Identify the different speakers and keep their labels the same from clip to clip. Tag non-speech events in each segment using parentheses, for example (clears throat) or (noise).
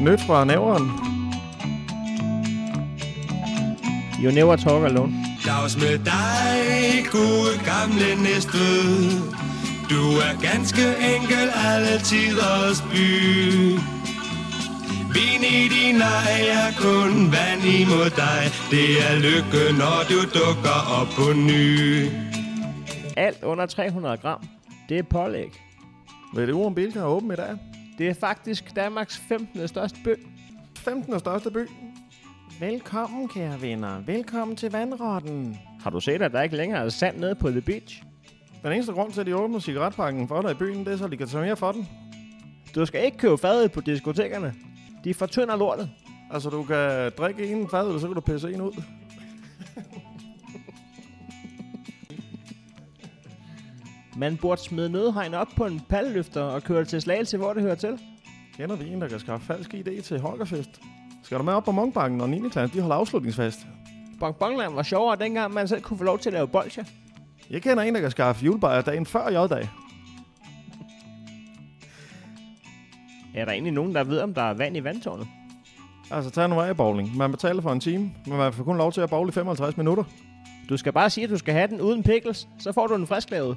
Speaker 1: nyt fra næveren.
Speaker 2: You never talk alone.
Speaker 3: Dags med dig, gode gamle næste. Du er ganske enkel alle tiders by. Vin i din ej er kun vand imod dig. Det er lykke, når du dukker op på ny.
Speaker 2: Alt under 300 gram. Det er pålæg.
Speaker 1: VDU om Bilka er åben i dag.
Speaker 2: Det er faktisk Danmarks 15. største bø.
Speaker 1: 15. største by.
Speaker 4: Velkommen, kære venner. Velkommen til vandrotten.
Speaker 2: Har du set, at der ikke længere er sand nede på The Beach?
Speaker 1: Den eneste grund til, at de åbner cigaretpakken for dig i byen, det er så, de kan tage mere for den.
Speaker 2: Du skal ikke købe fadet på diskotekerne. De fortynder lortet.
Speaker 1: Altså, du kan drikke en fadøl, så kan du pisse en ud.
Speaker 2: Man burde smide nødhegn op på en palleløfter og køre det til slagelse, hvor det hører til.
Speaker 1: Kender vi en, der kan skaffe falske idé til Holgerfest? Skal du med op på Munkbanken, når 9. klasse de holder afslutningsfest?
Speaker 2: Bongbongland var sjovere dengang, man selv kunne få lov til at lave bolcher.
Speaker 1: Jeg kender en, der kan skaffe julebajer dagen før J-dag.
Speaker 2: Er der egentlig nogen, der ved, om der er vand i vandtårnet?
Speaker 1: Altså, tag nu af bowling. Man betaler for en time, men man får kun lov til at bowle i 55 minutter.
Speaker 2: Du skal bare sige, at du skal have den uden pickles, så får du den frisklavet.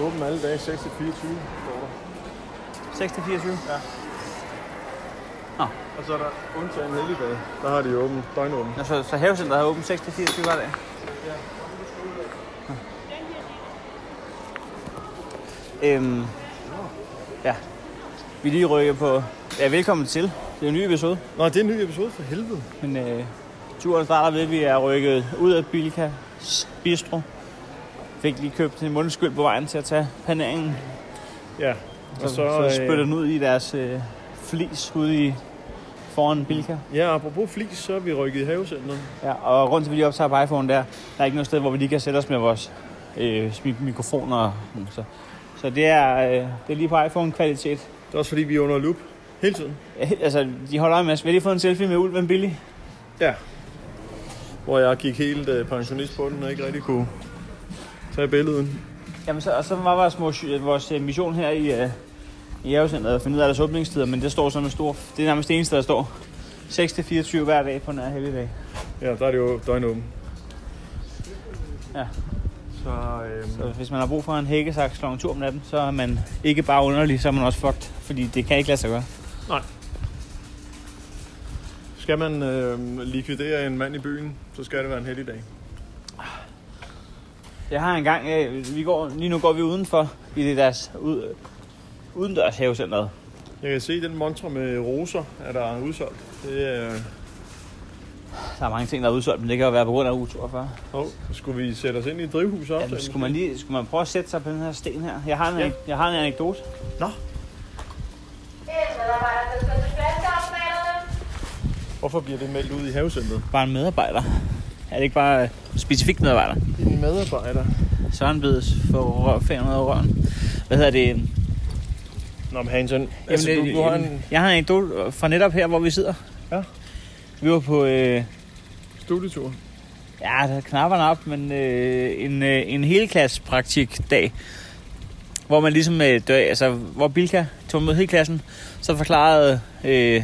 Speaker 5: Åben alle dage 6 til 24.
Speaker 6: 6 til 24.
Speaker 5: Og så er der undtagen helligdag. Der har de åben. Døgnåben.
Speaker 6: Nå, så, så havecenteret har åbent 6 til 24 hver dag. Ja. Øhm, ja. Vi er lige rykker på... Ja, velkommen til. Det er en ny episode,
Speaker 5: Nå, det er en ny episode for helvede.
Speaker 6: men øh, turen starter ved, at vi er rykket ud af Bilka Bistro. Fik lige købt en mundskyld på vejen til at tage paneringen.
Speaker 5: Ja. øh,
Speaker 6: Så, så, så spytter den ud i deres øh, flis ude i foran Bilka.
Speaker 5: Ja, apropos flis, så er vi rykket i havecenteret.
Speaker 6: Ja, og rundt til vi lige optager på iPhone der, der er ikke noget sted, hvor vi lige kan sætte os med vores øh, smi- mikrofoner. og sådan, Så, så det, er, øh, det er lige på iPhone-kvalitet.
Speaker 5: Det er også fordi, vi er under loop. Hele tiden.
Speaker 6: Ja, altså, de holder øje med os. Vi har lige fået en selfie med Ulven Billy.
Speaker 5: Hvor jeg gik helt øh, pensionist på den og ikke rigtig kunne tage billedet.
Speaker 6: Jamen, så, og så var vores, mos- øh, vores øh, mission her i, øh, i Havecenteret at finde ud af deres åbningstider, men det står som en stor... Det er nærmest det eneste, der står. 6-24 hver dag på nær helligdag.
Speaker 5: Ja, der er det jo døgnåben.
Speaker 6: Ja.
Speaker 5: Så, øhm,
Speaker 6: Så hvis man har brug for en hækkesaks kl. 2 om natten, så er man ikke bare underlig, så er man også fucked. Fordi det kan ikke lade sig gøre.
Speaker 5: Skal man øh, likvidere en mand i byen, så skal det være en heldig dag.
Speaker 6: Jeg har engang, øh, vi går, lige nu går vi udenfor i det deres ud, øh, udendørs havecenteret.
Speaker 5: Jeg kan se, den montre med roser er der udsolgt. Det er... Øh,
Speaker 6: Der er mange ting, der er udsolgt, men det kan jo være på grund af U42.
Speaker 5: hov, skulle vi sætte os ind i et drivhus også?
Speaker 6: Ja, skulle, man lige, skulle man prøve at sætte sig på den her sten her? Jeg har en, ja. jeg har en anekdote.
Speaker 5: Hvorfor bliver det meldt ud i havecentret?
Speaker 6: Bare en medarbejder. Er det ikke bare øh, specifikt medarbejder?
Speaker 5: En medarbejder.
Speaker 6: Søren Bedes for røv, 500 røven. Hvad hedder det? Jamen, øh,
Speaker 5: Nå, men Hansen, altså, du, du har en
Speaker 6: Jeg har en anekdote fra netop her, hvor vi sidder.
Speaker 5: Ja.
Speaker 6: Vi var på... Øh,
Speaker 5: studietur.
Speaker 6: Ja, der er knapperne op, men øh, en, øh, en helklassepraktikdag, hvor man ligesom, øh, dør, altså, hvor Bilka tog med hele klassen, så forklarede øh,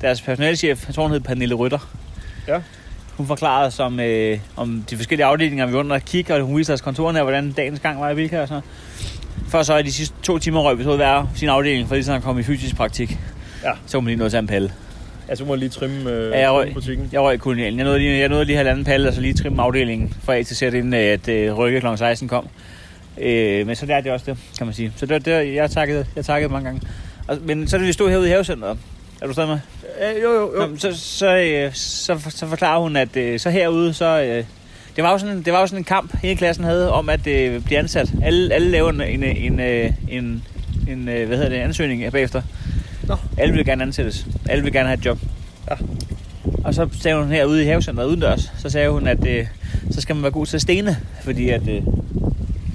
Speaker 6: deres personalchef, jeg tror hun hed Pernille Rytter,
Speaker 5: Ja.
Speaker 6: hun forklarede som, øh, om de forskellige afdelinger, vi var under at kigge, og hun viste os kontorerne, og hvordan dagens gang var i Bilka og sådan noget. For så i de sidste to timer røg vi så ud hver sin afdeling, for lige sådan at komme i fysisk praktik.
Speaker 5: Ja.
Speaker 6: Så kunne man lige nå til en palle.
Speaker 5: Altså, du må lige trimme øh,
Speaker 6: Ja, jeg røg-
Speaker 5: trimme butikken.
Speaker 6: Jeg røg kolonialen. Jeg nåede lige, jeg nåede lige halvanden palle, og så lige trimme afdelingen fra A til Z, inden øh, at øh, rykke kl. 16 kom. Øh, men så lærte jeg også det, kan man sige. Så det, det jeg takkede, jeg takkede mange gange. Og, men så da vi stod herude i havecenteret, er du stadig med?
Speaker 5: Ja, jo, jo, jo.
Speaker 6: Nå, men så, så, øh, så, så forklarer hun, at øh, så herude, så... Øh, det var, jo sådan, det var jo sådan en kamp, hele klassen havde, om at øh, blive ansat. Alle, alle laver en, en, en, øh, en, en øh, hvad hedder det, ansøgning bagefter.
Speaker 7: Nå.
Speaker 6: Alle vil gerne ansættes. Alle vil gerne have et job.
Speaker 7: Ja.
Speaker 6: Og så sagde hun herude i havecenteret udendørs, så sagde hun, at øh, så skal man være god til at stene, fordi at, øh,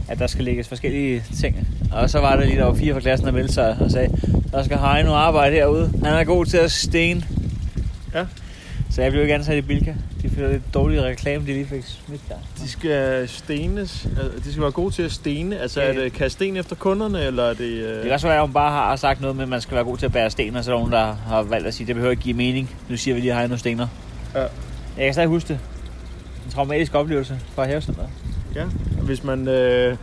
Speaker 6: at der skal lægges forskellige ting. Og så var der lige, der var fire fra klassen, der meldte sig og sagde, der skal Heino arbejde herude. Han er god til at stene.
Speaker 1: Ja.
Speaker 6: Så jeg blev ikke ansat i Bilka. De føler lidt dårlige reklame, de lige fik smidt der.
Speaker 1: De skal stenes. Altså, De skal være gode til at stene. Altså,
Speaker 6: Ja,
Speaker 1: er
Speaker 6: ja.
Speaker 1: det kaste sten efter kunderne, eller er det...
Speaker 6: Det
Speaker 1: Øh...
Speaker 6: kan også være, at hun bare har sagt noget med, at man skal være god til at bære sten, og så er der nogen, der har valgt at sige, det behøver ikke give mening. Nu siger vi lige, at Heino stener.
Speaker 1: Ja.
Speaker 6: Jeg kan stadig huske det. En traumatisk oplevelse fra
Speaker 1: (laughs)
Speaker 6: havecenteret.
Speaker 1: Hvis man, øh,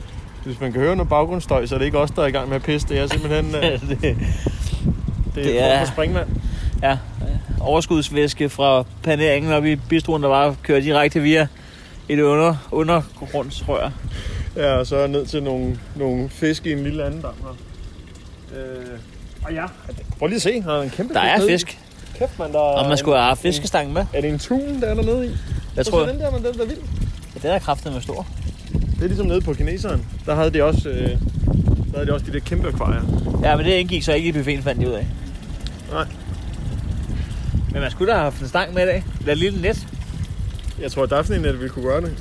Speaker 1: hvis man kan høre noget baggrundsstøj, så er det ikke os, der er i gang med at pisse. Det er
Speaker 6: (laughs)
Speaker 1: simpelthen øh, det,
Speaker 6: Det-
Speaker 1: det
Speaker 6: er-
Speaker 1: er... for springvand.
Speaker 6: ja, overskudsvæske fra paneringen op i bistroen, der bare kører direkte via et under, undergrundsrør.
Speaker 1: Ja, og så er jeg ned til nogle, nogle fisk i en lille anden dam her. Øh, og ja, prøv lige at se. Der er en kæmpe
Speaker 6: Der er
Speaker 1: nede i.
Speaker 6: fisk,
Speaker 1: Kæft, man, der er
Speaker 6: og man
Speaker 1: en-
Speaker 6: skulle have haft fiskestangen med.
Speaker 1: Er det en tun, der er dernede i?
Speaker 6: Jeg
Speaker 1: Prøv at
Speaker 6: tror,
Speaker 1: se den der, man, den der er vild.
Speaker 6: at den er kraftet med stor.
Speaker 1: Det er ligesom nede på kineseren. Der havde de også, øh, der havde de, også de der kæmpe akvarier.
Speaker 6: Ja, men det indgik så ikke i buffeten, fandt de ud af.
Speaker 1: Nej.
Speaker 6: Men man skulle da have haft en stang med i dag. Lad et lille net.
Speaker 1: Jeg tror, at Daphne net ville kunne gøre det.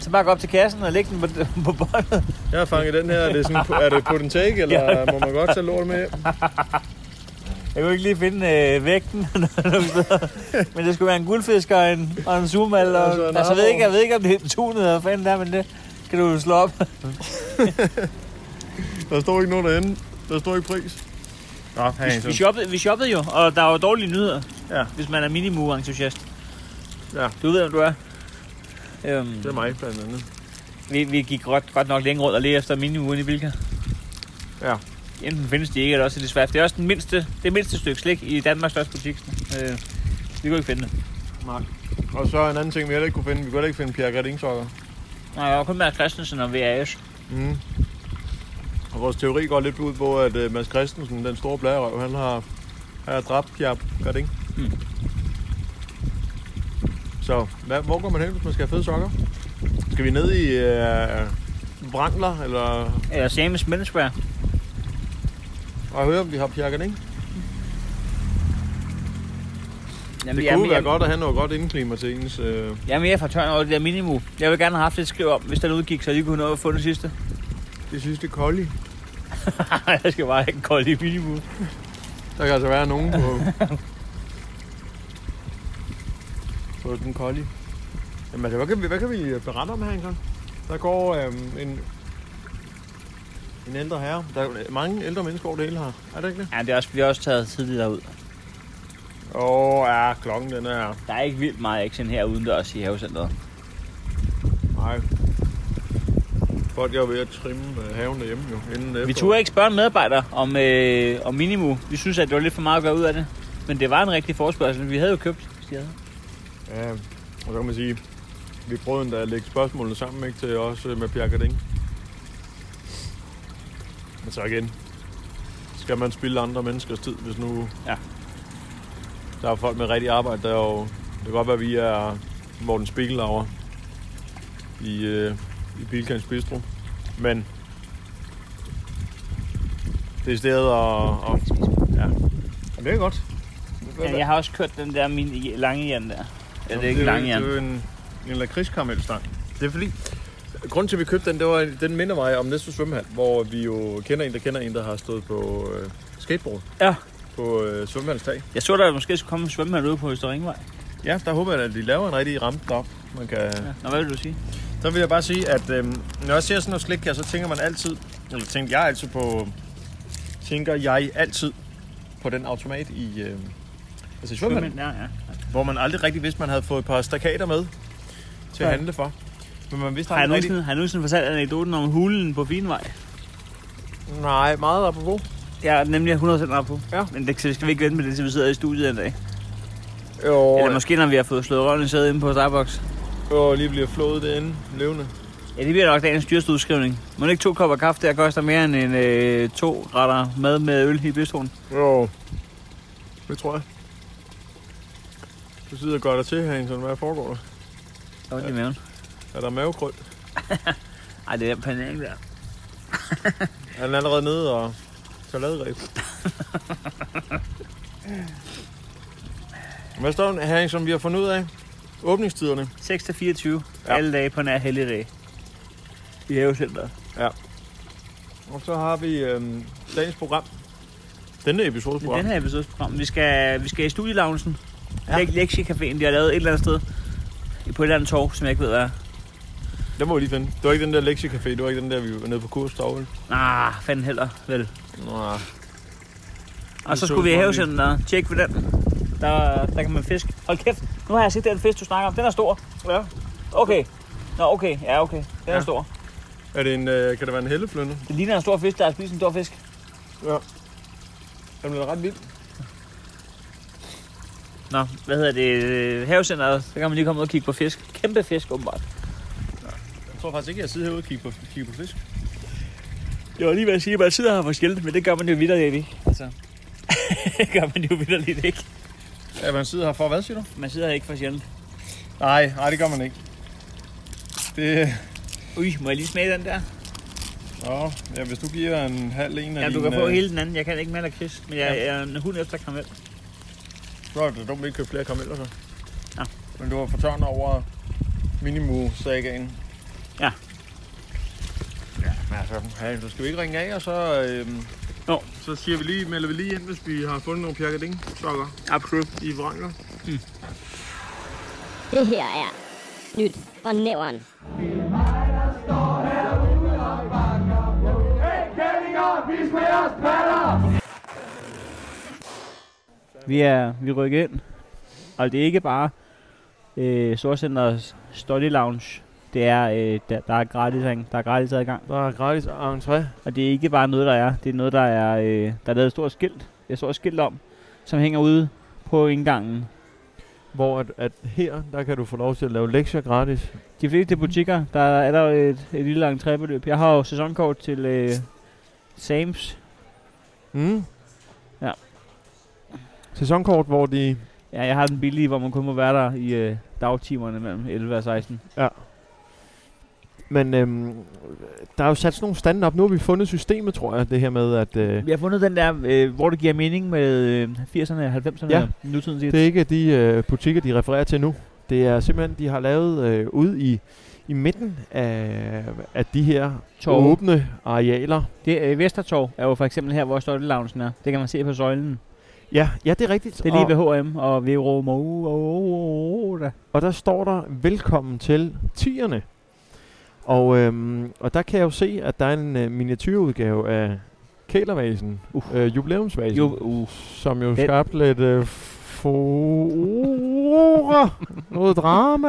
Speaker 6: Så bare gå op til kassen og lægge den på, (laughs) på båndet.
Speaker 1: Jeg har fanget den her. Er det, sådan, er det put and take, eller (laughs) ja. må man godt tage lort med hjem?
Speaker 6: Jeg kunne ikke lige finde øh, vægten. (laughs) nogle steder. men det skulle være en guldfisk og en, og en surmal. Og,
Speaker 1: Og så en
Speaker 6: altså, jeg, ved
Speaker 1: arbor.
Speaker 6: ikke, jeg ved ikke, om det er tunet eller fanden der, men det kan du jo slå op.
Speaker 1: Der står ikke nogen derinde. Der står ikke pris. Nå,
Speaker 6: Vi, vi, shoppede, vi shoppede jo, og der var dårlige nyheder,
Speaker 1: Ja.
Speaker 6: hvis man er minimum-entusiast.
Speaker 1: Ja.
Speaker 6: Du ved, hvem du er. Øhm,
Speaker 1: Det er mig, blandt andet.
Speaker 6: vi, vi gik godt, godt nok længe rundt og ledte efter minimum i Bilka.
Speaker 1: Ja.
Speaker 6: Enten findes de ikke, eller også er det svært. Det er også den mindste, det mindste stykke slik i Danmarks største butik. Øh, vi kunne ikke finde det.
Speaker 1: Og så en anden ting, vi heller ikke kunne finde. Vi kunne heller ikke finde Pierre Gardingsokker.
Speaker 6: Nej, jeg var kun med Christensen og VAS.
Speaker 1: Mm. Og vores teori går lidt ud på, at uh, Mads Christensen, den store blærerøv, han har, han har dræbt Pierre Garding.
Speaker 6: Mm.
Speaker 1: Mm. Så hvad, hvor går man hen, hvis man skal have fede sokker? Skal vi ned i uh, Brangler, eller...
Speaker 6: Eller Øh, Samus Mensberg.
Speaker 1: Og høre, om vi har Pierre Garding?
Speaker 6: Jamen,
Speaker 1: Det
Speaker 6: jeg er
Speaker 1: kunne
Speaker 6: mere-
Speaker 1: være godt at have noget godt indklima til ens... Øh,
Speaker 6: Jeg er mere fortørnet over det der minimum. Jeg vil gerne have haft et skriv om, hvis den udgik, så jeg lige kunne nå at få det sidste. (laughs)
Speaker 1: det sidste kolde.
Speaker 6: jeg skal bare ikke kolde i minimum.
Speaker 1: Der kan altså være nogen på... (laughs) på den kolde. Jamen, altså, hvad kan, vi, hvad kan vi berette om her engang? Der går øhm, en, en ældre herre. Der er mange ældre mennesker over det hele her. Er det ikke det?
Speaker 6: Ja, det er også, vi har også taget tidligere ud.
Speaker 1: Åh, oh, ja, klokken den er...
Speaker 6: Der er ikke vildt meget action her udendørs i havecenteret.
Speaker 1: Nej. Folk er jo ved at trimme øh, haven derhjemme jo. Inden
Speaker 6: Vi
Speaker 1: efteråret.
Speaker 6: turde ikke spørge en medarbejder om, øh, om minimum. Vi synes, at det var lidt for meget at gøre ud af det. Men det var en rigtig forespørgsel. Vi havde jo købt, hvis de havde.
Speaker 1: Ja, og så kan man sige, vi prøvede endda at lægge spørgsmålene sammen ikke, til os øh, med Pierre Garding. Men så igen, skal man spille andre menneskers tid, hvis nu...
Speaker 6: Ja.
Speaker 1: Der er folk med rigtig arbejde, der er jo... Det kan godt være, at vi er Morten Spiegelauer i, øh, i Bilkans Bistro. Men det er stedet og, og ja. Men det er godt.
Speaker 6: Ja, jeg har også kørt den der min lange jern der. Ja, det er ikke en
Speaker 1: jo-
Speaker 6: lange jern.
Speaker 1: Det er jo en, en lakridskaramelstang. Det er fordi... Grunden til, at vi købte den, det var, den minder mig om næste svømmehal, hvor vi jo kender en, der kender en, der har stået på øh, skateboard
Speaker 6: Ja.
Speaker 1: på øh, svømmehalstag.
Speaker 6: Jeg så, der måske skulle komme en svømmehal ude på Øster Ringvej.
Speaker 1: Ja, der håber jeg, at de laver en rigtig rampe derop. Man kan... Ja.
Speaker 6: Nå, hvad vil du sige?
Speaker 1: Så vil jeg bare sige, at øh, når jeg ser sådan noget slik her, så tænker man altid, eller tænkte jeg altid på, tænker jeg altid på den automat i, øh, altså i svømmehallen.
Speaker 6: Ja, ja.
Speaker 1: hvor man aldrig rigtig vidste, man havde fået et par stakater med til at
Speaker 6: Ja.
Speaker 1: handle for. Men man vidste
Speaker 6: Har jeg
Speaker 1: aldrig rigtig...
Speaker 6: nogensinde, har jeg nogensinde fortalt anekdoten om hulen på Finvej?
Speaker 1: Nej, meget apropos.
Speaker 6: Jeg er nemlig 100% ret på.
Speaker 1: Ja.
Speaker 6: Men det så skal vi ikke vente med det, til vi sidder i studiet en dag.
Speaker 1: Jo,
Speaker 6: Eller måske, når vi har fået slået røven i sædet inde på Starbucks.
Speaker 1: jo lige bliver flået derinde, levende.
Speaker 6: Ja, det bliver nok dagens dyreste udskrivning. Må ikke to kopper kaffe der koster mere end en, øh, to retter mad med øl i bistroen?
Speaker 1: Jo, det tror jeg. Du sidder godt og til, Hansen. Hvad foregår der?
Speaker 6: Der var ja. i maven.
Speaker 1: Er der mavekrøl?
Speaker 6: Ej, det er den panering der.
Speaker 1: Er den allerede nede og
Speaker 5: Salatræb. Hvad står der, Herring, som vi har fundet ud af? Åbningstiderne.
Speaker 2: 6-24
Speaker 5: Ja.
Speaker 2: ja. alle dage på nær helligdag. I havecenteret.
Speaker 5: Og så har vi øhm, dagens program. Denne episodes
Speaker 2: Men
Speaker 5: program.
Speaker 2: den her episodes program, vi skal, vi skal i studielounsen. Ja. Lektiecaféen, de har lavet et eller andet sted. På et eller andet torv, som jeg ikke ved, hvad er.
Speaker 5: Den må vi lige finde. Det var ikke den der lektiecafé, det var ikke den der, vi var nede på kurs derovre.
Speaker 2: Nah, fanden heller, vel.
Speaker 5: Nå,
Speaker 2: Og så
Speaker 5: så
Speaker 2: skulle vi i
Speaker 5: godt
Speaker 2: havecenteret. uh, Tjek ved den. Der, der kan man fiske. Hold kæft, nu har jeg set den fisk, du snakker om. Den er stor. Ja. Okay. Nå, okay. Ja, okay. Den ja.
Speaker 5: Ja.
Speaker 2: er stor.
Speaker 5: er det en, øh, kan det være en helleflønde?
Speaker 2: Det ligner en stor fisk, der har spist en stor fisk.
Speaker 5: Den bliver ret vild.
Speaker 2: Nå, hvad hedder det? Øh, Havecenteret. Så kan man lige komme ud og kigge på fisk. Kæmpe fisk, åbenbart.
Speaker 5: Jeg tror faktisk ikke, jeg sidder herude og kigger på, kigger på fisk.
Speaker 2: Jeg var lige ved at sige, at man sidder her for skilt, men det gør man jo vidderligt ikke. Altså, (laughs) det gør man jo vidderligt ikke.
Speaker 5: Ja, man sidder her for, hvad siger du?
Speaker 2: Man sidder her ikke for sjældent.
Speaker 5: Nej, nej, det gør man ikke. Det,
Speaker 2: Ui, må jeg lige smage den der?
Speaker 5: Nå, ja, hvis du giver en halv en af
Speaker 2: Ja, du
Speaker 5: din,
Speaker 2: kan få
Speaker 5: øh,
Speaker 2: hele den anden. Jeg kan ikke mere lakrids, men jeg, jeg er en hund efter karamel.
Speaker 5: Så er det dumt, at vi ikke købte flere karameller, så.
Speaker 2: Ja.
Speaker 5: Men du var fortørnet over minimu-sagaen.
Speaker 2: Ja.
Speaker 5: Ja, men altså, hey, så skal vi ikke ringe af, og så... Øhm,
Speaker 2: Nå.
Speaker 5: Så siger vi lige, melder vi lige ind, hvis vi har fundet nogle pjerkading-sokker
Speaker 2: Absolut.
Speaker 5: i vranker.
Speaker 8: Det her er nyt fra næveren.
Speaker 6: Vi er vi rykker ind, og det er ikke bare øh, Storcenters Study Lounge. Det er, øh, der, der er gratis, adgang- der er gratis adgang.
Speaker 1: Der er gratis entré.
Speaker 6: Og det er ikke bare noget, der er. Det er noget, der er, øh, der er lavet et stort skilt. Et stort skilt om, som hænger ude på indgangen.
Speaker 1: Hvor at, at her, der kan du få lov til at lave lektier gratis.
Speaker 6: De fleste butikker, der er der jo et, et lille entrébeløb. Jeg har jo sæsonkort til øh, Sams.
Speaker 1: Mm.
Speaker 6: Ja.
Speaker 1: Sæsonkort, hvor de...
Speaker 6: Ja, jeg har den billige, hvor man kun må være der i øh, dagtimerne mellem 11 og 16.
Speaker 1: Men øhm, der er jo sat sådan nogle stande op. Nu har vi fundet systemet, tror jeg, det her med, at øh,
Speaker 6: Vi har fundet den der, øh, hvor det giver mening med øh, 80'erne, 90'erne
Speaker 1: Ja.
Speaker 6: og nutidens
Speaker 1: det er ikke de øh, butikker, de refererer til nu. Det er simpelthen, de har lavet øh, ude i, i midten af, af de her
Speaker 6: Torve.
Speaker 1: åbne arealer.
Speaker 6: Det, øh, Vestertorv er jo for eksempel her, hvor Stolte Loungen er. Det kan man se på søjlen.
Speaker 1: Ja, ja, det er rigtigt.
Speaker 6: Det er lige
Speaker 1: og,
Speaker 6: ved H&M og ved Roma. Uh, uh, uh, uh, da.
Speaker 1: og der står der, velkommen til tierne. Og, øhm, og der kan jeg jo se, at der er en øh, miniatyrudgave af Kælervasen, uh. øh, jubilæumsvasen.
Speaker 6: Jo, uh.
Speaker 1: som jo
Speaker 6: Den-
Speaker 1: skabte lidt øh, furore, noget drama,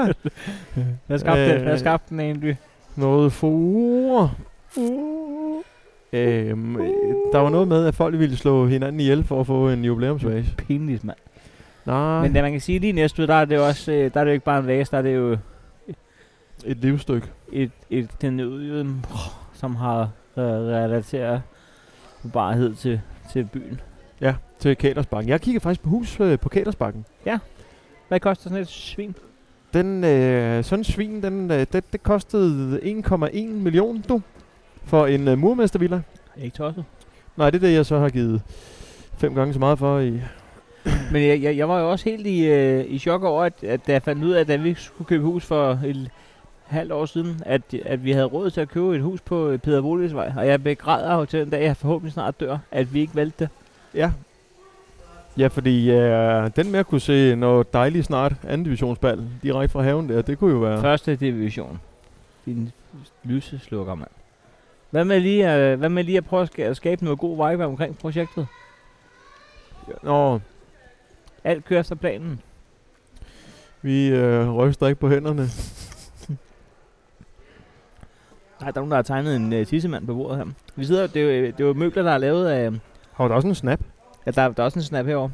Speaker 6: Hvad skabte øh,
Speaker 1: Øh.
Speaker 6: den? Hvad skabte den egentlig?
Speaker 1: noget furore. Øhm, øh, der var noget med, at folk ville slå hinanden ihjel for at få en jubilæumsvase.
Speaker 6: Pinligt, mand.
Speaker 1: Nej,
Speaker 6: Men
Speaker 1: Men
Speaker 6: da man kan sige lige næste ud, der er det jo også, øh, der er det jo ikke bare en vase, der er det jo
Speaker 1: et livsstykke.
Speaker 6: et, et, den øde, som har øh, relateret barhed til, til byen.
Speaker 1: Ja, til Kælersbakken. Jeg kiggede faktisk på hus øh, på Kælersbakken.
Speaker 6: Hvad koster sådan et svin?
Speaker 1: Den, øh, sådan en svin, den, øh, det, det kostede 1,1 million, du, for en øh, murmestervilla.
Speaker 6: Ikke tosset.
Speaker 1: Nej, det er det, jeg så har givet fem gange så meget for i
Speaker 6: Men jeg, jeg, jeg var jo også helt i, øh, i chok over, at, at da jeg fandt ud af, at da vi skulle købe hus for et halvt år siden, at, at vi havde råd til at købe et hus på øh, Peder Boligs vej. Og jeg begræder jo til den dag, jeg forhåbentlig snart dør, at vi ikke valgte det.
Speaker 1: Ja. Ja, fordi øh, den med at kunne se noget dejligt snart anden divisionsbal direkte fra haven der, det kunne jo
Speaker 6: Ja.
Speaker 1: være...
Speaker 6: Første division. Din lyse slukker, mand. Hvad med lige, øh, hvad med lige at prøve at ska- at skabe noget god vibe omkring projektet?
Speaker 1: Nå,
Speaker 6: Alt kører efter planen.
Speaker 1: vi øh, ryster ikke på hænderne.
Speaker 6: Nej, der er nogen, der har tegnet en øh, tissemand på bordet her. Vi sidder, det er, jo, det er jo møbler, der er lavet af...
Speaker 1: Har du også en snap?
Speaker 6: Ja, der, er- der er også en snap herovre.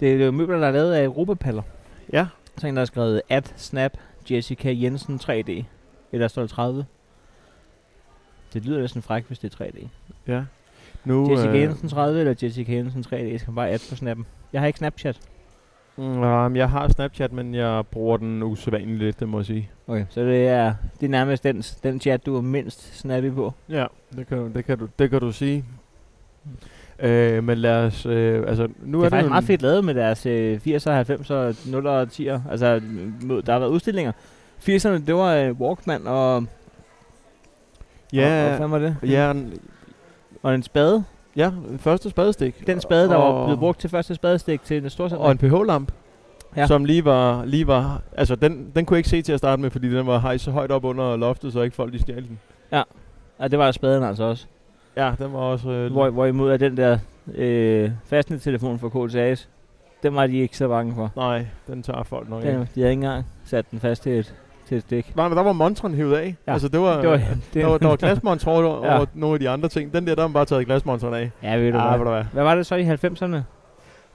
Speaker 6: Det er jo møbler, der er lavet af europapaller.
Speaker 1: Ja.
Speaker 6: Så er en, der har skrevet at snap Jessica Jensen 3D. Eller står der 30. Det lyder næsten frækt, hvis det er 3D.
Speaker 1: Ja. Nu, øh,
Speaker 6: Jessica Jensen 30 eller Jessica Jensen 3D skal bare at på snappen. Jeg har ikke Snapchat.
Speaker 1: øh, jeg har Snapchat, men jeg bruger den usædvanligt lidt, det må jeg sige.
Speaker 6: Okay. Så det er, det er nærmest den, den chat, du er mindst snappy på.
Speaker 1: Ja, det kan, det kan, du, det kan du sige. Øh, men lad os... Øh, altså, nu
Speaker 6: Det
Speaker 1: er,
Speaker 6: er faktisk
Speaker 1: det
Speaker 6: meget fedt lavet med deres øh, 80'er, 90'er, 0'er og 10'er. Altså, mod- der har været udstillinger. 80'erne, det var øh, Walkman og... Og, og
Speaker 1: Ja,
Speaker 6: hvad var det?
Speaker 1: ja, en-
Speaker 6: Og en spade.
Speaker 1: ja, første spadestik.
Speaker 6: Den spade, der var
Speaker 1: Og-
Speaker 6: blevet brugt til første spadestik til en stor
Speaker 1: Og en pH-lamp,
Speaker 6: Ja.
Speaker 1: ja. som lige var, lige var... Altså, den, den kunne jeg ikke se til at starte med, fordi den var hejst så højt op under loftet, så ikke folk de stjal den.
Speaker 6: Ja, det var spaden altså også.
Speaker 1: Ja, den var også... Øh,
Speaker 6: Hvor, hvorimod er den der øh, fastnettelefon fra KTAS, den var de ikke så bange for.
Speaker 1: Nej, den tager folk nok
Speaker 6: Okay. Den,
Speaker 1: ikke.
Speaker 6: de havde ikke engang sat den fast til et, til et stik.
Speaker 1: Nej, men der var montren hævet af.
Speaker 6: Ja,
Speaker 1: Ja. Altså, det var...
Speaker 6: Det var,
Speaker 1: øh,
Speaker 6: det,
Speaker 1: der, var, der (laughs) var glasmontre over,
Speaker 6: Ja.
Speaker 1: ja. over nogle af de andre ting. Den der, der har man bare taget glasmontren af.
Speaker 6: (laughs) ja, ved du
Speaker 1: Ja,
Speaker 6: ah,
Speaker 1: ved
Speaker 6: hvad.
Speaker 1: du hvad.
Speaker 6: Hvad var det så i 90'erne?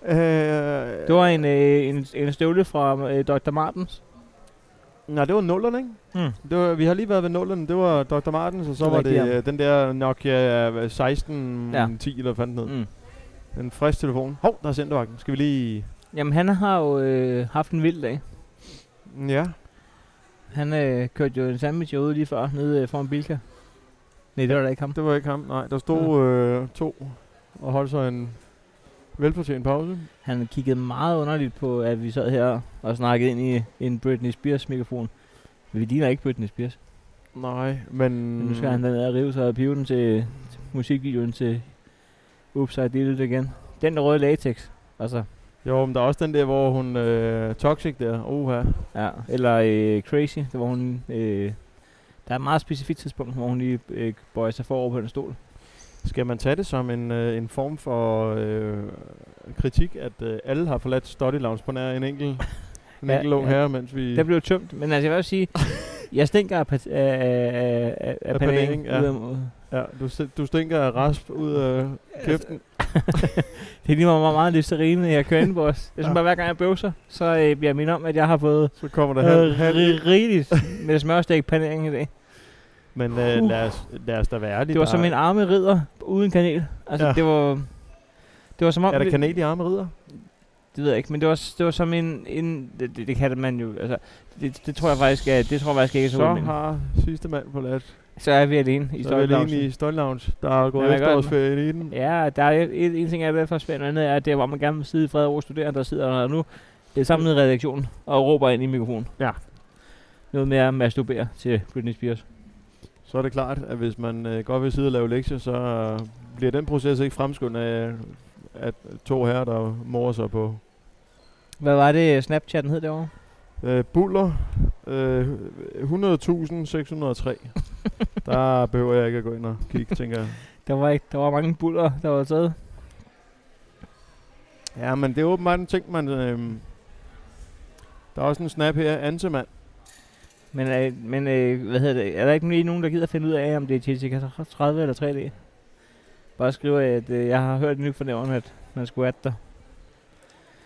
Speaker 1: Øh,
Speaker 6: Det var en, øh, en, en støvle fra øh, Dr. Martens.
Speaker 1: Nej, det var nullerne, ikke?
Speaker 6: Hmm.
Speaker 1: Det var, vi har lige været ved nullerne. Det var Dr. Martens, og så
Speaker 6: Det er
Speaker 1: var
Speaker 6: rigtigt,
Speaker 1: det
Speaker 6: ja.
Speaker 1: øh, den der Nokia 1610,
Speaker 6: Ja.
Speaker 1: ja. 10, eller hvad den hed.
Speaker 6: Mm.
Speaker 1: En frisk telefon. Hov, der er centervagten. Skal vi lige...
Speaker 6: Jamen, han har jo øh, haft en vild dag.
Speaker 1: Ja.
Speaker 6: Han øh, kørte jo en sandwich ude lige før, nede øh, foran Bilka. Nej, det var da ikke ham.
Speaker 1: Det var ikke ham. Nej, der stod øh, to og holdt sig en velfortjent pause.
Speaker 6: Han kiggede meget underligt på, at vi sad her og snakkede ind i en Britney Spears mikrofon. Men vi ligner ikke Britney Spears.
Speaker 1: Nej, men...
Speaker 6: Men nu skal han da ned og rive sig af piven til, til musikvideoen til Oops, I Did It Again. Den røde latex, altså.
Speaker 1: Jo, men der er også den der, hvor hun... Øh, toxic der. Oha.
Speaker 6: Ja. Eller øh, Crazy, der hvor hun... Øh, der er et meget specifikt tidspunkt, hvor hun lige øh, bøjer sig forover på den stol.
Speaker 1: Skal man tage det som en, øh, en form for øh, kritik, at øh, alle har forladt study lounge på nær en enkelt, en
Speaker 6: Ja,
Speaker 1: ja, enkelt ung
Speaker 6: ja.
Speaker 1: ja. herre, mens vi...
Speaker 6: Den blev tømt, men altså jeg vil også
Speaker 1: (laughs)
Speaker 6: sige, jeg stinker af, pat- af, af, af, af
Speaker 1: Af panering,
Speaker 6: panering.
Speaker 1: ja.
Speaker 6: ud af mod-
Speaker 1: Ja, du, sti- du stinker af rasp ud af kæften.
Speaker 6: Det er lige meget, hvor meget listerine, jeg kører ind på os. Jeg synes bare, hver gang jeg bøvser, så øh, bliver jeg mindet om, at jeg har fået
Speaker 1: Så kommer der halv, halv.
Speaker 6: øh, rigeligt med smørstegt panering i
Speaker 1: (laughs)
Speaker 6: dag.
Speaker 1: Men øh, lad, os, lad os da være ærlige.
Speaker 6: Uh. Det var
Speaker 1: der
Speaker 6: som
Speaker 1: er-
Speaker 6: en arme ridder uden kanel. Altså, ja.
Speaker 1: Ja.
Speaker 6: det var... Det var som om...
Speaker 1: Er der kanel i arme ridder?
Speaker 6: Det ved jeg ikke, men det var, s- det var som en... en det, det, det kalder man jo... Altså, det, det tror jeg faktisk, er, det tror jeg faktisk ikke er så,
Speaker 1: Så
Speaker 6: så,
Speaker 1: har sidste mand forladt.
Speaker 6: så er vi alene i
Speaker 1: Så er vi alene
Speaker 6: Stoltenhavn.
Speaker 1: i Study Lounge. Der er
Speaker 6: Ja,
Speaker 1: gået
Speaker 6: det
Speaker 1: ja,
Speaker 6: er godt.
Speaker 1: efterårsferien i den.
Speaker 6: Ja, der er et, et, en ting, jeg er ved for spændt, og andet er, at det er, hvor man gerne vil sidde i fred over studerende, der sidder der nu øh, sammen med redaktionen og råber ind i mikrofonen.
Speaker 1: Ja.
Speaker 6: Noget med at masturbere til Britney Spears.
Speaker 1: Så er det klart, at hvis man øh, godt vil sidde og lave lektier, så øh, bliver den proces ikke fremskyndt af, at to herrer, der morer sig på
Speaker 6: Hvad var det, Snapchatten hed derovre?
Speaker 1: Øh, buller, øh, (laughs) 100.603. der behøver jeg ikke at gå ind og kigge, tænker jeg.
Speaker 6: Der var, ikke, der var mange buller, der var taget.
Speaker 1: Ja, men det er åbenbart en ting, man... Øh, der er også en snap her, Antemand.
Speaker 6: Men, øh, men øh, hvad hedder det? Er der ikke lige nogen, der gider finde ud af, om det er Chelsea 30 eller 3D? Bare skriver, at øh, jeg har hørt nyt fornævren, at man skulle at dig.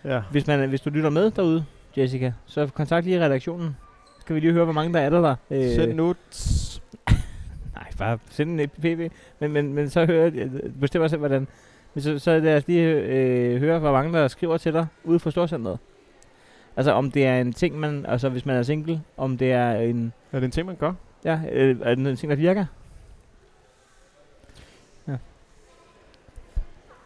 Speaker 1: Ja.
Speaker 6: Hvis, man, hvis du lytter med derude, Jessica, så kontakt lige redaktionen. Så kan vi lige høre, hvor mange der er der. der. Øh,
Speaker 1: Send nu... Tss.
Speaker 6: Nej, bare send en pv. Men, men, men så hører jeg, bestemmer selv, hvordan. Men så, så lad os lige øh, høre, hvor mange der skriver til dig ude fra Storcenteret. Altså om det er en ting, man, altså hvis man er single, om det er en,
Speaker 1: Er det en ting, man gør?
Speaker 6: ja, øh, er det en ting, der virker.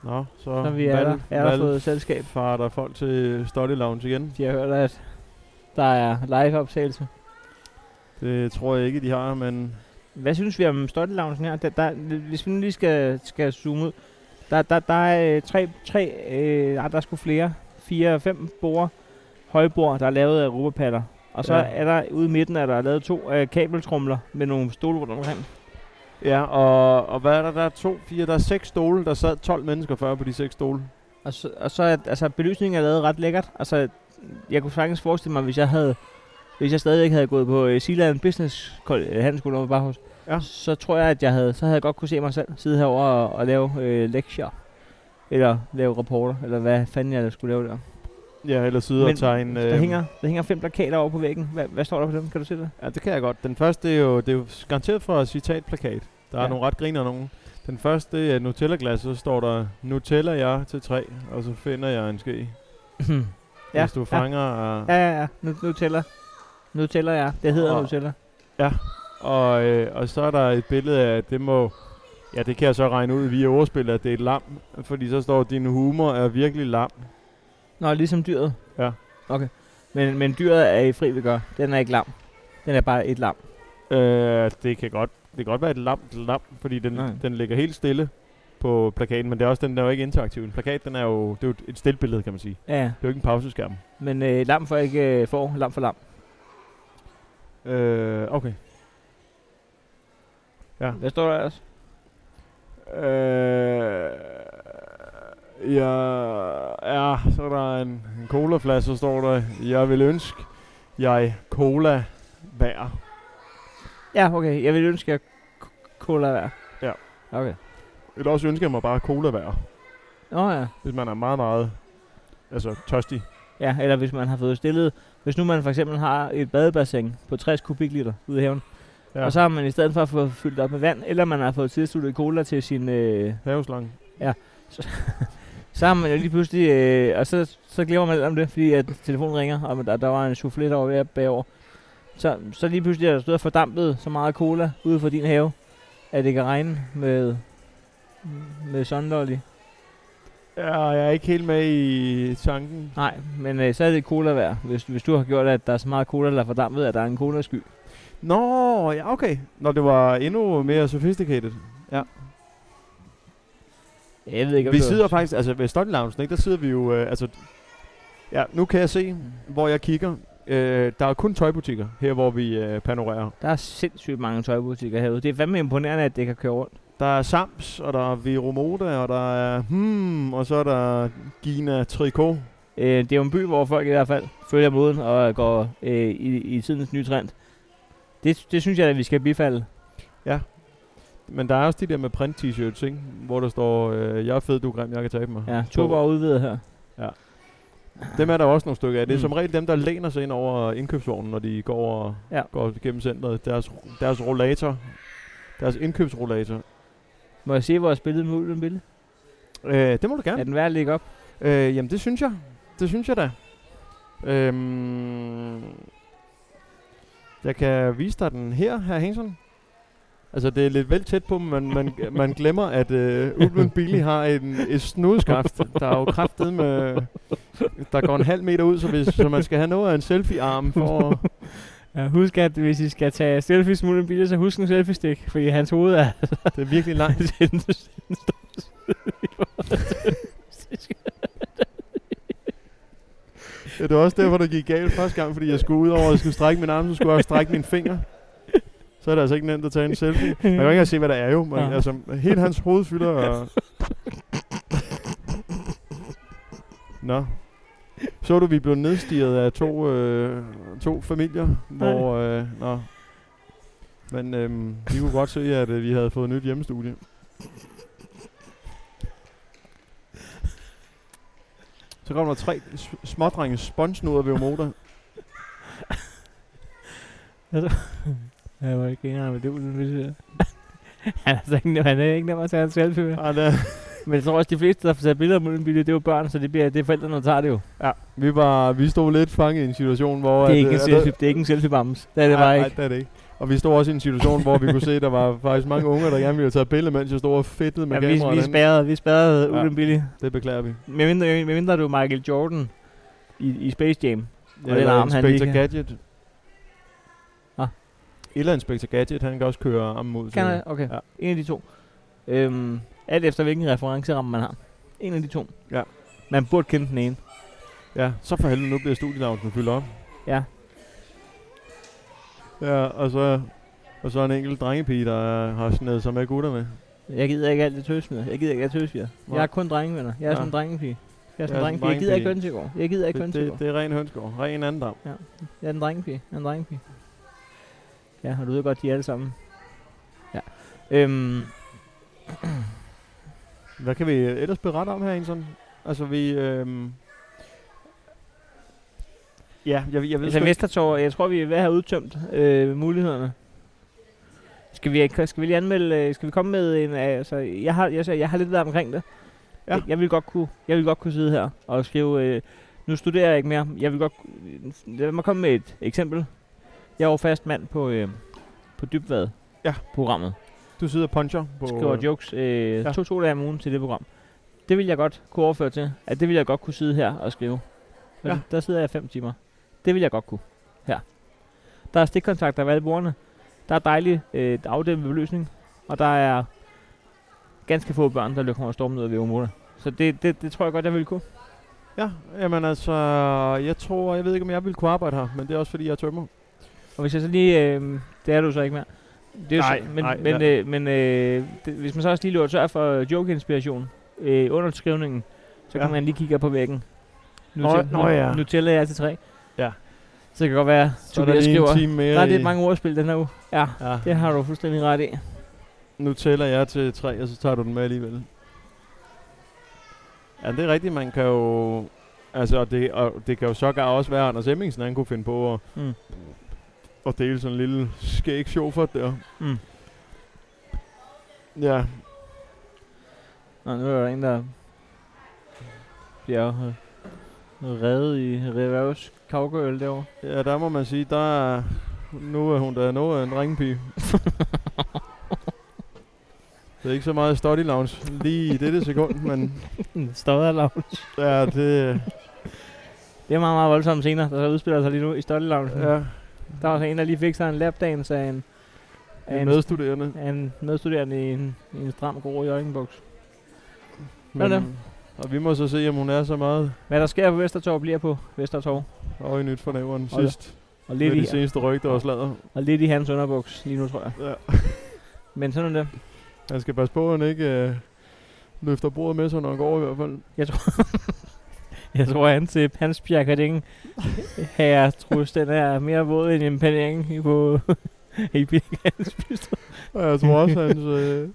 Speaker 1: Nå, så,
Speaker 6: Så vi er, der, er der
Speaker 1: valg-
Speaker 6: fået selskab.
Speaker 1: farter folk til Study Lounge igen.
Speaker 6: De har hørt, at der er live-optagelse.
Speaker 1: Det tror jeg ikke, de har, men...
Speaker 6: Hvad synes vi om Stottelavnsen her? Der, der, hvis vi nu lige skal, skal zoome ud. Der, der, der er øh, tre, tre øh, nej, der er sgu flere. Fire, fem bord, højbord, der er lavet af rubberpaller. Og så ja.
Speaker 1: Ja.
Speaker 6: er der ude i midten, er der lavet to øh, kabeltrumler med nogle stole rundt omkring.
Speaker 1: Ja, og, og hvad er der? Der er to, fire, der er seks stole. Der sad 12 mennesker før på de seks stole.
Speaker 6: Og så, og så er, altså, belysningen er lavet ret lækkert. Altså, jeg kunne sagtens forestille mig, hvis jeg havde hvis jeg stadig ikke havde gået på øh, Sealand Business Col- øh, Handelsskole over Barhus,
Speaker 1: Ja.
Speaker 6: så tror jeg, at jeg havde, så havde jeg godt kunne se mig selv sidde herover og, og lave øh, lektier. Eller lave rapporter, eller hvad fanden jeg skulle lave der.
Speaker 1: Ja, eller sidde og øh, tage en...
Speaker 6: der, hænger, der hænger fem plakater over på væggen. Hvad, hvad står der på dem? Kan du
Speaker 1: (clears throat)
Speaker 6: se det?
Speaker 1: Ja, det kan jeg godt. Den første det er jo, det er jo garanteret fra citatplakat. Der er
Speaker 6: Ja.
Speaker 1: ja. nogle ret griner nogen. Den første det er Nutella-glas, så står der Nutella jeg til tre, og så finder jeg en ske. Ja. Hvis du fanger... Ja.
Speaker 6: Ja, ja, ja. Nu, nu tæller. Nu tæller jeg. Det hedder
Speaker 1: Og-
Speaker 6: nu tæller.
Speaker 1: Og, øh, og så er der et billede af, at det må Ja, det kan jeg så regne ud via ordspillet, at det er et lam, fordi så står, din humor er virkelig lam.
Speaker 6: Nå, ligesom dyret?
Speaker 1: Ja.
Speaker 6: Okay. Men, men dyret er i fri, vi gør. Den er ikke lam. Den er bare et lam.
Speaker 1: Øh, det kan godt, det kan godt være et lamt lam, fordi den,
Speaker 6: Nej.
Speaker 1: den ligger helt stille på plakaten, men det er også den, der er jo ikke interaktiv. En plakat, den er jo, det er jo et- et stillbillede, kan man sige.
Speaker 6: Ja, ja.
Speaker 1: Det er jo ikke en pauseskærm.
Speaker 6: men øh, lam for ikke øh, får, lam for lam.
Speaker 1: Øh, okay.
Speaker 6: Hvad står der ellers?
Speaker 1: Øh, ja, ja, så er der en, en colaflaske, så står der, jeg vil ønske, jeg cola vær.
Speaker 6: Ja, okay. Jeg vil ønske, at jeg k- cola er.
Speaker 1: Ja.
Speaker 6: Okay.
Speaker 1: Eller også ønsker jeg mig bare cola vær,
Speaker 6: Nå ja.
Speaker 1: hvis man er meget, meget altså, tørstig.
Speaker 6: Ja, eller hvis man har fået stillet... Hvis nu man for eksempel har et badebassin på 60 kubikliter ude i haven,
Speaker 1: Ja.
Speaker 6: ja. og så har man i stedet for at få fyldt op med vand, eller man har fået tilsluttet cola til sin... Øh,
Speaker 1: Haveslange.
Speaker 6: så har man jo lige pludselig... Øh, og så, så glemmer man alt om det, fordi at telefonen ringer, og der, der var en soufflé der var ved at bagover. Så, så lige pludselig er der stået fordampet så meget cola ude for din have, at det kan regne med, med sundlolly.
Speaker 1: Ja, jeg er ikke helt med i tanken.
Speaker 6: Nej, men øh, så er det cola værd, hvis, hvis du har gjort, at der er så meget cola, der er fordampet, at der er en colasky.
Speaker 1: Nå, ja, okay. Nå, det var endnu mere sophisticated.
Speaker 6: Jeg ved ikke, om
Speaker 1: Vi
Speaker 6: det var-
Speaker 1: sidder faktisk, altså ved Stunt Lounge, ikke, der sidder vi jo, øh, altså, ja, nu kan jeg
Speaker 6: Mm.
Speaker 1: se, hvor jeg kigger. Øh, der er kun tøjbutikker her, hvor vi øh, panorerer.
Speaker 6: Der er sindssygt mange tøjbutikker herude. Det er fandme imponerende, at det kan køre rundt.
Speaker 1: Der er Sams, og der er Vero Moda, og der er Hmm, og så er der Gina Tricot.
Speaker 6: Øh, det er jo en by, hvor folk i hvert fald følger moden og går øh, i, i tidens nye trend. Det, det synes jeg, at vi skal bifalde.
Speaker 1: Men der er også de der med print-t-shirts, ikke? Hvor der står, øh, jeg er fed, du er grim, jeg kan tabe mig.
Speaker 6: Ja, Tuborg er udvidet her.
Speaker 1: Dem er der også nogle stykker af. Det er mm.
Speaker 6: Mm.
Speaker 1: som regel dem, der læner sig ind over indkøbsvognen, når de går, over, ja.
Speaker 6: Ja.
Speaker 1: går gennem centret. Deres, deres rollator, deres indkøbsrollator.
Speaker 6: Må jeg se vores billede med ulven billede?
Speaker 1: Øh, det må du
Speaker 6: Er
Speaker 1: gerne.
Speaker 6: den værd at lægge op?
Speaker 1: Øh, jamen, det synes jeg. Det synes jeg da. Øhm, jeg kan vise dig den her, her Hengsen. Altså, det er lidt vel tæt på, men man, man glemmer, at øh, (laughs) Ulven Billy har en, et snudskaft, der er jo kraftet med... Der går en halv meter ud, så, hvis, så man skal have noget af en selfie-arm for at,
Speaker 6: Ja, husk, at hvis I skal tage selfies med ulven billede, så husk en selfie-stik, fordi hans hoved (laughs) er
Speaker 1: Det er virkelig langt. Ja, det var også derfor, det gik galt første gang, fordi jeg skulle ud over, at jeg skulle strække min arm, så skulle jeg også strække mine fingre. Så er det altså ikke nemt at tage en selfie. Man kan jo ikke
Speaker 6: (laughs)
Speaker 1: engang se, hvad der er jo. Man,
Speaker 6: Nej.
Speaker 1: altså, hele hans hoved fylder...
Speaker 6: (laughs)
Speaker 1: Og... Nå. Så du, vi blev nedstiget af to, øh, to familier, hvor... Øh, nå. Men øhm, vi kunne godt se, at øh, vi havde fået nyt hjemmestudie. Så kommer der tre s- smådrenge sponsnuder ved Omoda.
Speaker 6: Jeg var ikke engang med det ulven billede. han, er altså ikke, nem- han er ikke nem at tage en selfie med.
Speaker 1: Ah, da.
Speaker 6: Men jeg tror også, de fleste, der får taget billeder med ulven billede, det er jo børn, så det, bliver, det er forældrene, der tager det jo.
Speaker 1: ja, vi, var, vi stod lidt fanget i en situation, hvor...
Speaker 6: Det er,
Speaker 1: at,
Speaker 6: ikke
Speaker 1: øh, at
Speaker 6: en selfie, det er ikke en selfie-bams. Det er det
Speaker 1: Nej,
Speaker 6: bare
Speaker 1: nej,
Speaker 6: ikke.
Speaker 1: det er det ikke. Og vi stod også i en situation, hvor vi kunne se, at der var faktisk mange unge, der gerne ville tage billeder, mens jeg stod og fedtede med
Speaker 6: Ja,
Speaker 1: ja,
Speaker 6: vi,
Speaker 1: kameraet.
Speaker 6: vi,
Speaker 1: derinde.
Speaker 6: spærrede, vi spærrede
Speaker 1: Ja.
Speaker 6: ja. Ulven Billy.
Speaker 1: det beklager vi.
Speaker 6: Med mindre, med mindre du er Michael Jordan i, i Space Jam. den
Speaker 1: Eller
Speaker 6: arm, han
Speaker 1: Inspector
Speaker 6: lige-
Speaker 1: Gadget.
Speaker 6: Ah.
Speaker 1: Eller Inspector Gadget, han kan også køre armen mod.
Speaker 6: Kan
Speaker 1: siden.
Speaker 6: jeg? Okay.
Speaker 1: Ja.
Speaker 6: Ja. En af de to. Øhm, alt efter hvilken referenceramme man har. En af de to.
Speaker 1: Ja.
Speaker 6: Man burde kende den ene.
Speaker 1: Ja, så for helvede, nu bliver studielavnen fyldt op.
Speaker 6: Ja.
Speaker 1: Ja, og så, og så en enkelt drengepige, der har snedet sig med gutterne.
Speaker 6: Jeg gider ikke alt det tøsmidder. Jeg gider ikke alt tøsmidder.
Speaker 1: Nej.
Speaker 6: Jeg er kun drengevenner. Jeg
Speaker 1: Ja.
Speaker 6: er ja. sådan en drengepige. Jeg er sådan
Speaker 1: Jeg
Speaker 6: en
Speaker 1: er sådan en
Speaker 6: drengepige. Jeg gider ikke
Speaker 1: drengepige.
Speaker 6: kønsegård. Jeg gider ikke
Speaker 1: Det, det,
Speaker 6: kønsegård.
Speaker 1: det er ren hønsgård, ren anden dam.
Speaker 6: Jeg er en drengepige. Jeg er en drengepige. Ja, og du ved godt, de er alle sammen. Ja. Øhm,
Speaker 1: Hvad kan vi ellers berette om her, sådan? Altså, vi... Øhm ja, jeg, jeg ved
Speaker 6: Altså
Speaker 1: sgu ikke.
Speaker 6: Vestertorv, jeg tror, vi er ved at have udtømt øh, mulighederne. Skal vi, skal vi lige anmelde, øh, skal vi komme med en, øh, altså, jeg har, jeg, sagde, jeg har lidt været omkring det.
Speaker 1: Ja.
Speaker 6: Jeg, jeg, vil godt kunne, jeg vil godt kunne sidde her og skrive, øh, nu studerer jeg ikke mere, jeg vil godt, ku- lad mig komme med et eksempel. Jeg var fast mand øh, på, øh, på Dybvad
Speaker 1: Ja.
Speaker 6: programmet.
Speaker 1: Du sidder og puncher på...
Speaker 6: skriver jokes øh,
Speaker 1: ja.
Speaker 6: ja. to-to dage om ugen til det program. Det vil jeg godt kunne overføre til, at det vil jeg godt kunne sidde her og skrive. Men
Speaker 1: Ja.
Speaker 6: ja. der sidder jeg fem timer. Det vil jeg godt kunne her. Der er stikkontakter ved alle bordene. Der er dejlig øh, afdæmpet belysning. Og der er ganske få børn, der kommer stormen ud ved Omota. Så det, det, det tror jeg godt, jeg ville kunne.
Speaker 1: Ja, jamen altså, jeg tror, jeg ved ikke, om jeg ville kunne arbejde her, men det er også fordi, jeg er tømmer.
Speaker 6: Og hvis jeg så lige... Øh, det er du så ikke mere. Det er jo
Speaker 1: Nej,
Speaker 6: så, men
Speaker 1: nej,
Speaker 6: men,
Speaker 1: ja.
Speaker 6: øh, men øh, det, hvis man så også lige løber tør for joke-inspiration øh, under skrivningen, så
Speaker 1: Ja.
Speaker 6: kan man lige kigge op på væggen. Nu,
Speaker 1: Nå, nå ja.
Speaker 6: nu tæller jeg til tre.
Speaker 1: Ja.
Speaker 6: Så det kan godt være,
Speaker 1: Så er der
Speaker 6: Tobias
Speaker 1: lige en
Speaker 6: skriver.
Speaker 1: time mere
Speaker 6: Der er lidt
Speaker 1: i-
Speaker 6: mange ordspil den her uge. Ja,
Speaker 1: Ja,
Speaker 6: det har du fuldstændig ret i.
Speaker 1: nu tæller jeg til tre, og så tager du den med alligevel. Ja, det er rigtigt, man kan jo... Altså, og det, og det kan jo sågar også være, at Anders Hemmingsen, han kunne finde på at,
Speaker 6: Mm.
Speaker 1: at dele sådan en lille skæg sjovfart der.
Speaker 6: Mm.
Speaker 1: Ja,
Speaker 6: Nå, nu er der en, der bliver øh, reddet i reverse cowgirl derovre.
Speaker 1: ja, der må man sige, der er... Nu er hun da noget af en ringpige. det er ikke så meget study lounge lige i dette sekund, men
Speaker 6: Stodderlav.
Speaker 1: ja, det...
Speaker 6: Det er meget, meget voldsomme scener, der så udspiller sig lige nu i Stoltelavn. Ja.
Speaker 1: Ja,
Speaker 6: Der var så en, der lige fik sig en lapdance af en, af
Speaker 1: en
Speaker 6: en,
Speaker 1: medstuderende.
Speaker 6: af en medstuderende i en, i en stram, grå joggingbuks.
Speaker 1: Men,
Speaker 6: Hvad er
Speaker 1: og vi må så se, om hun er så meget
Speaker 6: Hvad der sker på Vestertorv, bliver på Vestertorv.
Speaker 1: og i nyt for nævren
Speaker 6: Hold da.
Speaker 1: sidst.
Speaker 6: Og
Speaker 1: Lidt
Speaker 6: lidt,
Speaker 1: med
Speaker 6: i,
Speaker 1: de seneste rygter og sladder.
Speaker 6: og lidt i hans underbuks lige nu, tror jeg.
Speaker 1: Ja.
Speaker 6: (laughs) Men sådan er det.
Speaker 1: Han skal passe på, at han ikke øh, løfter bordet med sig, når han går i hvert fald.
Speaker 6: Jeg tror, at hans, øh, hans pjakkerding her, trus, den er mere våd end en pandering på (laughs) i hans pistol.
Speaker 1: Og jeg
Speaker 6: (laughs)
Speaker 1: tror også, hans, øh,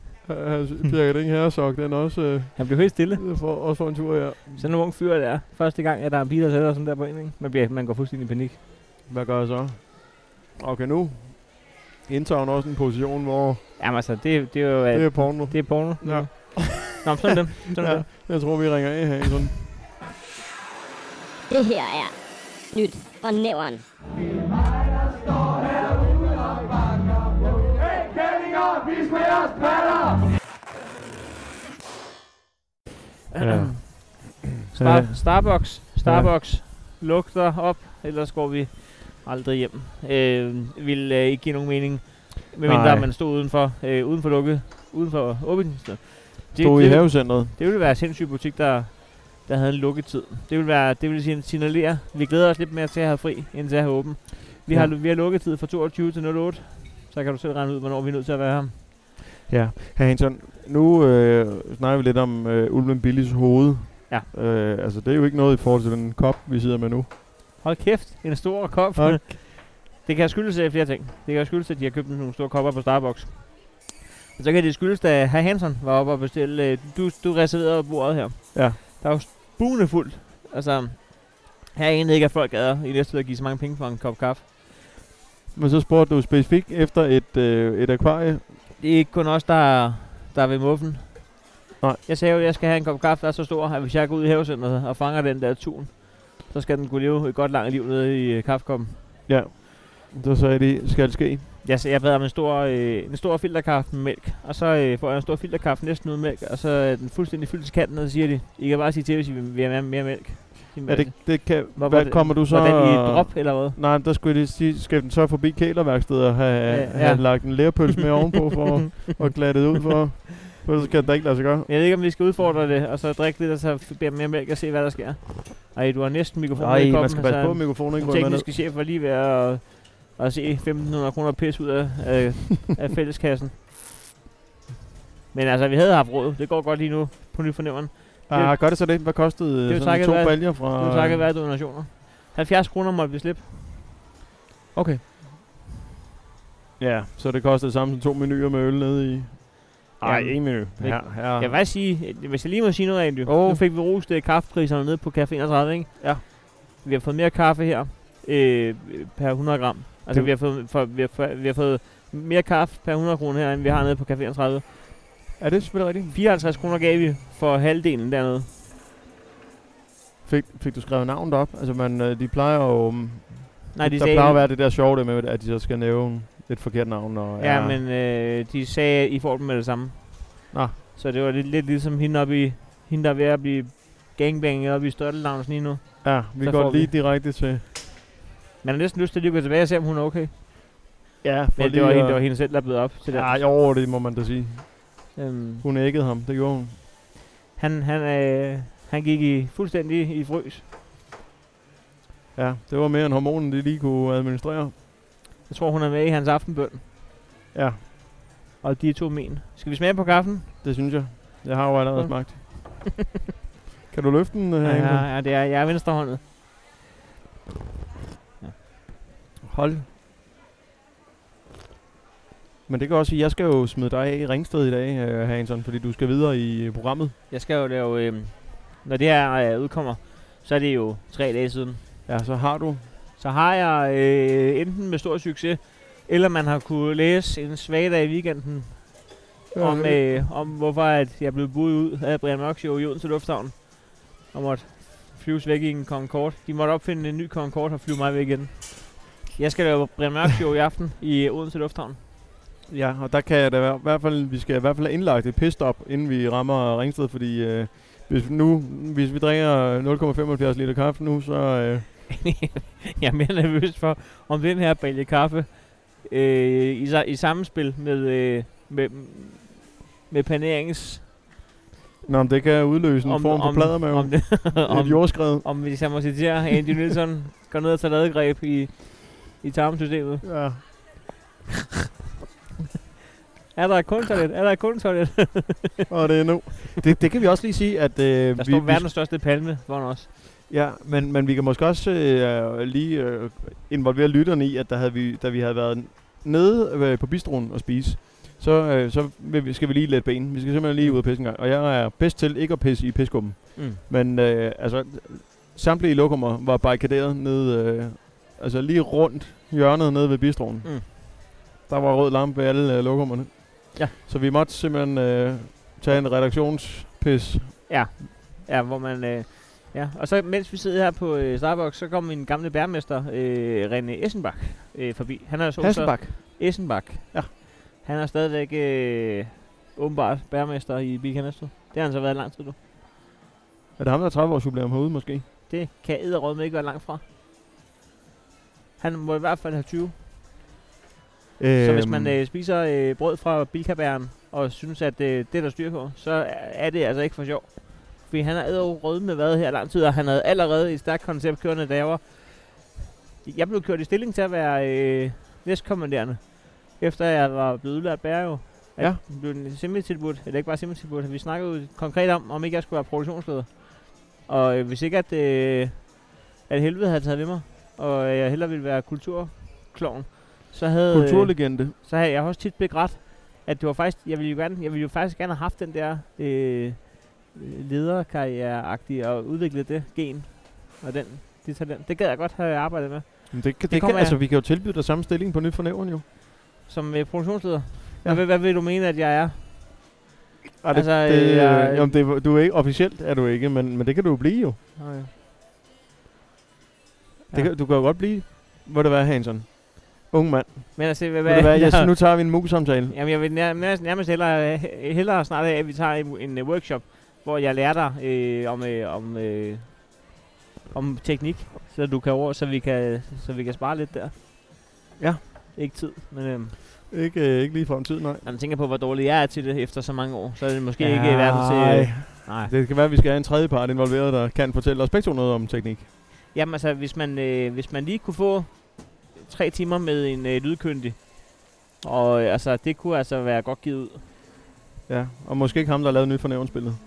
Speaker 1: hans Birgit Inge Herresok, den også, øh,
Speaker 6: Han blev helt stille.
Speaker 1: øh, får, også får en tur her.
Speaker 6: Sådan en ung fyr der. er. Første gang, at der er en bil, der sætter sig sådan der på en, ikke? Man, bliver, man går fuldstændig i panik.
Speaker 1: Hvad gør jeg så? Okay, nu indtager hun også en position, hvor
Speaker 6: Jamen altså, det, det er jo...
Speaker 1: det er porno.
Speaker 6: Det er porno.
Speaker 1: Ja.
Speaker 6: Nå, men sådan er det. Sådan er
Speaker 1: Ja,
Speaker 6: det.
Speaker 1: jeg tror, vi ringer af her. Sådan.
Speaker 8: Det her er nyt for næveren.
Speaker 1: Ja.
Speaker 6: (clears throat) Star- Starbucks. Starbucks. Lugter op, ellers går vi aldrig hjem. Øh, vil øh, ikke give nogen mening,
Speaker 1: Nej.
Speaker 6: medmindre man stod udenfor, øh, uden for lukket, uden for åbningssted. Det,
Speaker 1: Stod i
Speaker 6: det,
Speaker 1: havecentret.
Speaker 6: det ville være en sindssyg butik, der, der havde en lukketid. Det ville, være, det ville sige- signalere, vi glæder os lidt mere til at have fri, end til at have åben. Vi,
Speaker 1: Ja.
Speaker 6: har, vi har lukketid fra 22 til 08, så kan du selv regne ud, hvornår vi er nødt til at være her.
Speaker 1: Ja, Hr. Hansen, nu øh, snakker vi lidt om øh, Ulven Billis hoved.
Speaker 6: Ja.
Speaker 1: Øh, altså, det er jo ikke noget i forhold til den kop, vi sidder med nu.
Speaker 6: Hold kæft, en stor kop.
Speaker 1: Hold
Speaker 6: (laughs) Det kan skyldes af flere ting. Det kan skyldes, at de har købt nogle store kopper på Starbucks. Og så kan det skyldes, da herr Hansen var oppe og bestille... øh, Du, du reserverede bordet her.
Speaker 1: Ja.
Speaker 6: Der er jo spugende fuldt. Altså, her er egentlig ikke, at folk gader i næste tid at give så mange penge for en kop kaffe.
Speaker 1: Men så spurgte du specifikt efter et, øh, et akvarie.
Speaker 6: Det er ikke kun os, der, der er ved muffen.
Speaker 1: Nej.
Speaker 6: Jeg sagde jo, at jeg skal have en kop kaffe, der er så stor, at hvis jeg går ud i havecenteret og fanger den der tun, så skal den kunne leve et godt langt liv nede i øh, kaffekoppen.
Speaker 1: Ja. Så sagde de, skal det ske?
Speaker 6: Jeg, jeg bad om en stor, øh, en stor filterkaffe med mælk, og så øh, får jeg en stor filterkaffe næsten uden mælk, og så er den fuldstændig fyldt til kanten, og så siger de, I kan bare sige til, hvis I vil vil have mere, mere mælk.
Speaker 1: Ja, det, det kan,
Speaker 6: Hvor-
Speaker 1: hvad
Speaker 6: hvor-
Speaker 1: kommer du så...
Speaker 6: så... Hvordan i et drop, eller hvad?
Speaker 1: Nej, men der skulle jeg lige sige, skal den så forbi kælerværkstedet og have, ja,
Speaker 6: Ja,
Speaker 1: ja.
Speaker 6: ja.
Speaker 1: have lagt en lærpøls med ovenpå for
Speaker 6: (laughs)
Speaker 1: at glatte det ud for? For ellers kan det da ikke lade sig gøre.
Speaker 6: Jeg ved ikke, om vi skal udfordre det, og så drikke lidt, og så f- beder mere mælk og se, hvad der sker. Ej, du har næsten mikrofonen i
Speaker 1: Nej,
Speaker 6: koppen.
Speaker 1: man skal passe
Speaker 6: altså,
Speaker 1: på, at mikrofonen ikke
Speaker 6: Den
Speaker 1: ryger med ned.
Speaker 6: tekniske chef var lige ved at, at se 1.500 kroner pis ud af,
Speaker 1: (laughs)
Speaker 6: af, af fælleskassen. Men altså, vi havde haft råd. Det går godt lige nu på ny fornemmeren.
Speaker 1: Ah, gør det så lidt? Hvad kostede
Speaker 6: Det er
Speaker 1: det
Speaker 6: jo
Speaker 1: sådan
Speaker 6: takket
Speaker 1: to
Speaker 6: være-
Speaker 1: baljer
Speaker 6: Det
Speaker 1: fra...
Speaker 6: er jo takket være donationer. 70 kroner måtte vi slippe.
Speaker 1: Okay. Ja, så det koster det samme som to menuer med øl nede i... Ej,
Speaker 6: Jamen,
Speaker 1: en menu. Ja, ja.
Speaker 6: Jeg vil faktisk sige, at hvis jeg lige må sige noget af det.
Speaker 1: Åh.
Speaker 6: Oh. Nu fik vi rost øh, kaffepriserne nede på Café 31, ikke?
Speaker 1: Ja.
Speaker 6: Vi har fået mere kaffe her øh, per 100 gram. Altså,
Speaker 1: Det-
Speaker 6: vi har, fået, for, vi, har, for, vi har fået mere kaffe per 100 kroner her, end vi har nede på Café 31.
Speaker 1: Er det selvfølgelig rigtigt?
Speaker 6: 54 kroner gav vi for halvdelen dernede.
Speaker 1: Fik, fik du skrevet navnet op? Altså, man, øh, de plejer jo... mm,
Speaker 6: Nej, de
Speaker 1: der
Speaker 6: sagde,
Speaker 1: plejer at være det der sjove der med, at de så skal nævne et forkert navn. Og,
Speaker 6: Ja, ja men øh, de sagde, at I får dem med det samme.
Speaker 1: Nå.
Speaker 6: Så det var lidt, lidt ligesom hende, oppe i, hende der er ved at blive gangbanget oppe i Størtelavns lige nu.
Speaker 1: ja, vi
Speaker 6: så
Speaker 1: går
Speaker 6: får vi-
Speaker 1: lige direkte til...
Speaker 6: Man har næsten lyst til at lige gå tilbage og se, om hun er okay.
Speaker 1: Ja,
Speaker 6: Men det var, hende, det var hende selv, der blev op til det.
Speaker 1: Ja, jo, det må man da sige.
Speaker 6: Øhm,
Speaker 1: Hun æggede ham, det gjorde hun.
Speaker 6: han, han, øh, han gik i fuldstændig i frøs.
Speaker 1: Ja, det var mere end hormonen, de lige kunne administrere.
Speaker 6: Jeg tror, hun er med i hans aftenbøn.
Speaker 1: Ja,
Speaker 6: Og de er to men. Skal vi smage på kaffen?
Speaker 1: det synes jeg. Jeg har jo allerede
Speaker 6: Mm.
Speaker 1: smagt. kan du løfte den, øh,
Speaker 6: Ja,
Speaker 1: Henrik?
Speaker 6: ja, ja det er, jeg er venstrehåndet.
Speaker 1: Hold. Men det kan også sige, at jeg skal jo smide dig af i Ringsted i dag, øh, Hansen, fordi du skal videre i øh, programmet.
Speaker 6: Jeg skal jo lave... Øh, når det her øh, udkommer, så er det jo tre dage siden.
Speaker 1: Ja, så har du.
Speaker 6: så har jeg øh, enten med stor succes, eller man har kunne læse en svag dag i weekenden, om, øh, om hvorfor at jeg blev budet ud af Brian Mørk Show i Odense Lufthavn, og måtte flyves væk i en Concorde. De måtte opfinde en ny Concorde og flyve mig væk igen. Jeg skal lave Brian Mørk Show i aften i øh, Odense Lufthavn. (laughs)
Speaker 1: Ja, og der kan jeg da være- i hvert fald, vi skal i hvert fald have indlagt et pistop, inden vi rammer Ringsted, fordi øh, hvis, nu, hvis vi drikker 0,75 liter kaffe nu, så... Øh,
Speaker 6: jeg er mere nervøs for, om den her balje kaffe øh, i, sa- i samspil med, øh, med, med panerings...
Speaker 1: nå, men det kan udløse en form for pladermave.
Speaker 6: om, (laughs) det,
Speaker 1: et jordskred.
Speaker 6: om hvis jeg må citere Andy Nielsen, går ned og tager ladegreb i, i tarmsystemet.
Speaker 1: Ja.
Speaker 6: Er der et kundtoilet? Er der et kundtoilet? (laughs)
Speaker 1: Og det er nu. (laughs) Det, det kan vi også lige sige, at... Øh,
Speaker 6: Der
Speaker 1: vi,
Speaker 6: står
Speaker 1: vi,
Speaker 6: verdens største palme foran os.
Speaker 1: Ja, men, men vi kan måske også øh, lige øh, involvere lytterne i, at der havde vi, da vi havde været nede øh, på bistroen og spise, så, øh, så vil vi, skal vi lige lette ben. Vi skal simpelthen lige ud og pisse en gang. Og jeg er bedst til ikke at pisse i piskummen.
Speaker 6: Mm.
Speaker 1: Men øh, altså, samtlige lokummer var barrikaderet nede, øh, altså lige rundt hjørnet nede ved bistroen.
Speaker 6: Mm.
Speaker 1: Der var rød lampe ved alle øh, lokummerne.
Speaker 6: Ja.
Speaker 1: Så vi måtte simpelthen øh, tage en redaktionspis.
Speaker 6: Ja, hvor man... Øh, ja. Og så mens vi sidder her på øh, Starbucks, så kom min gamle bærmester, øh, René Essenbach, øh, forbi. Han er så
Speaker 1: Hasselbak.
Speaker 6: Essenbach.
Speaker 1: Ja.
Speaker 6: Han er stadigvæk øh, åbenbart bærmester i Bilkanæstet. Det har han så været i lang tid nu.
Speaker 1: Er det ham, der er 30 års jubilæum herude måske?
Speaker 6: Det kan æderråd med ikke være langt fra. Han må i hvert fald have 20. Så
Speaker 1: Øhm,
Speaker 6: hvis man øh, spiser øh, brød fra bilkabæren og synes, at øh, det er der styr på, så er- er det altså ikke for sjov. Fordi han har ædret rød med været her lang tid, og han havde allerede et stærkt koncept kørende, da jeg var... Jeg blev kørt i stilling til at være øh, næstkommanderende, efter jeg var blevet udlært bærer jo. At
Speaker 1: Ja.
Speaker 6: jeg blev en tilbudt, eller ikke bare simpelthen vi snakkede jo konkret om, om ikke jeg skulle være produktionsleder. Og øh, hvis ikke at, øh, at helvede havde taget ved mig, og jeg hellere ville være kulturkloven, så havde... øh,
Speaker 1: Kulturlegende.
Speaker 6: så har jeg, jeg har også tit begrædt, at det var faktisk, jeg ville jo gerne, jeg ville jo faktisk gerne have haft den der øh, lederkarriereagtige og udviklet det gen og den, det talent. Det gad jeg godt have arbejdet med
Speaker 1: Men det, kan,
Speaker 6: det
Speaker 1: det kan,
Speaker 6: kommer
Speaker 1: altså,
Speaker 6: af-
Speaker 1: vi kan jo tilbyde dig samme stilling på nyt for nævren jo.
Speaker 6: som øh, produktionsleder.
Speaker 1: Ja.
Speaker 6: Ja. Hvad, hvad vil du mene, at jeg er?
Speaker 1: Ej, det,
Speaker 6: Altså,
Speaker 1: altså, det, øh,
Speaker 6: jeg-
Speaker 1: jamen, det, er- du er ikke, officielt er du ikke, men, men det kan du jo blive jo.
Speaker 6: Nej.
Speaker 1: Det
Speaker 6: Ja.
Speaker 1: kan, du kan jo godt blive, må det være, Hansen. Ung mand.
Speaker 6: Men altså, hvad,
Speaker 1: Må det
Speaker 6: (laughs)
Speaker 1: være,
Speaker 6: jeg,
Speaker 1: yes, nu tager vi en mus-samtale.
Speaker 6: Jamen, jeg vil nærmest, nærmest hellere, hellere snart have, at vi tager en, en øh, workshop, hvor jeg lærer dig øh, om, øh, om, øh, om teknik, så du kan over, så vi kan, så vi kan spare lidt der.
Speaker 1: Ja.
Speaker 6: Ikke tid, men øh,
Speaker 1: Ikke, øh, ikke lige for en tid, nej.
Speaker 6: når man tænker på, hvor dårlig jeg er til det efter så mange år, så er det måske ja, ikke verdens... Øh, nej.
Speaker 1: Det kan være, at vi skal have en tredje part involveret, der kan fortælle os begge to noget om teknik.
Speaker 6: Jamen altså, hvis man, øh, hvis man lige kunne få tre timer med en øh, lydkyndig, og øh, altså, det kunne altså være godt givet ud.
Speaker 1: Ja, og måske ikke ham, der har lavet nyt for nævnsbilledet.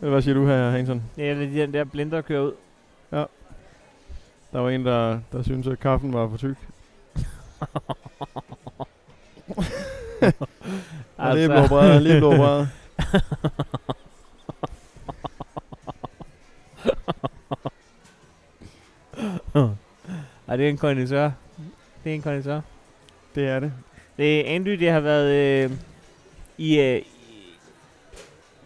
Speaker 1: Eller hvad siger du her, Hansen?
Speaker 6: Ja, Eller de der blender kører ud.
Speaker 1: Der var en, der, der syntes, at kaffen var for tyk. Og
Speaker 6: Altså,
Speaker 1: det er blevet opereret, lige blevet (laughs) opereret.
Speaker 6: Ej, det er en kondensør. Det er en kondensør.
Speaker 1: Det er det.
Speaker 6: Det er Andy, det har været... Øh, i, øh,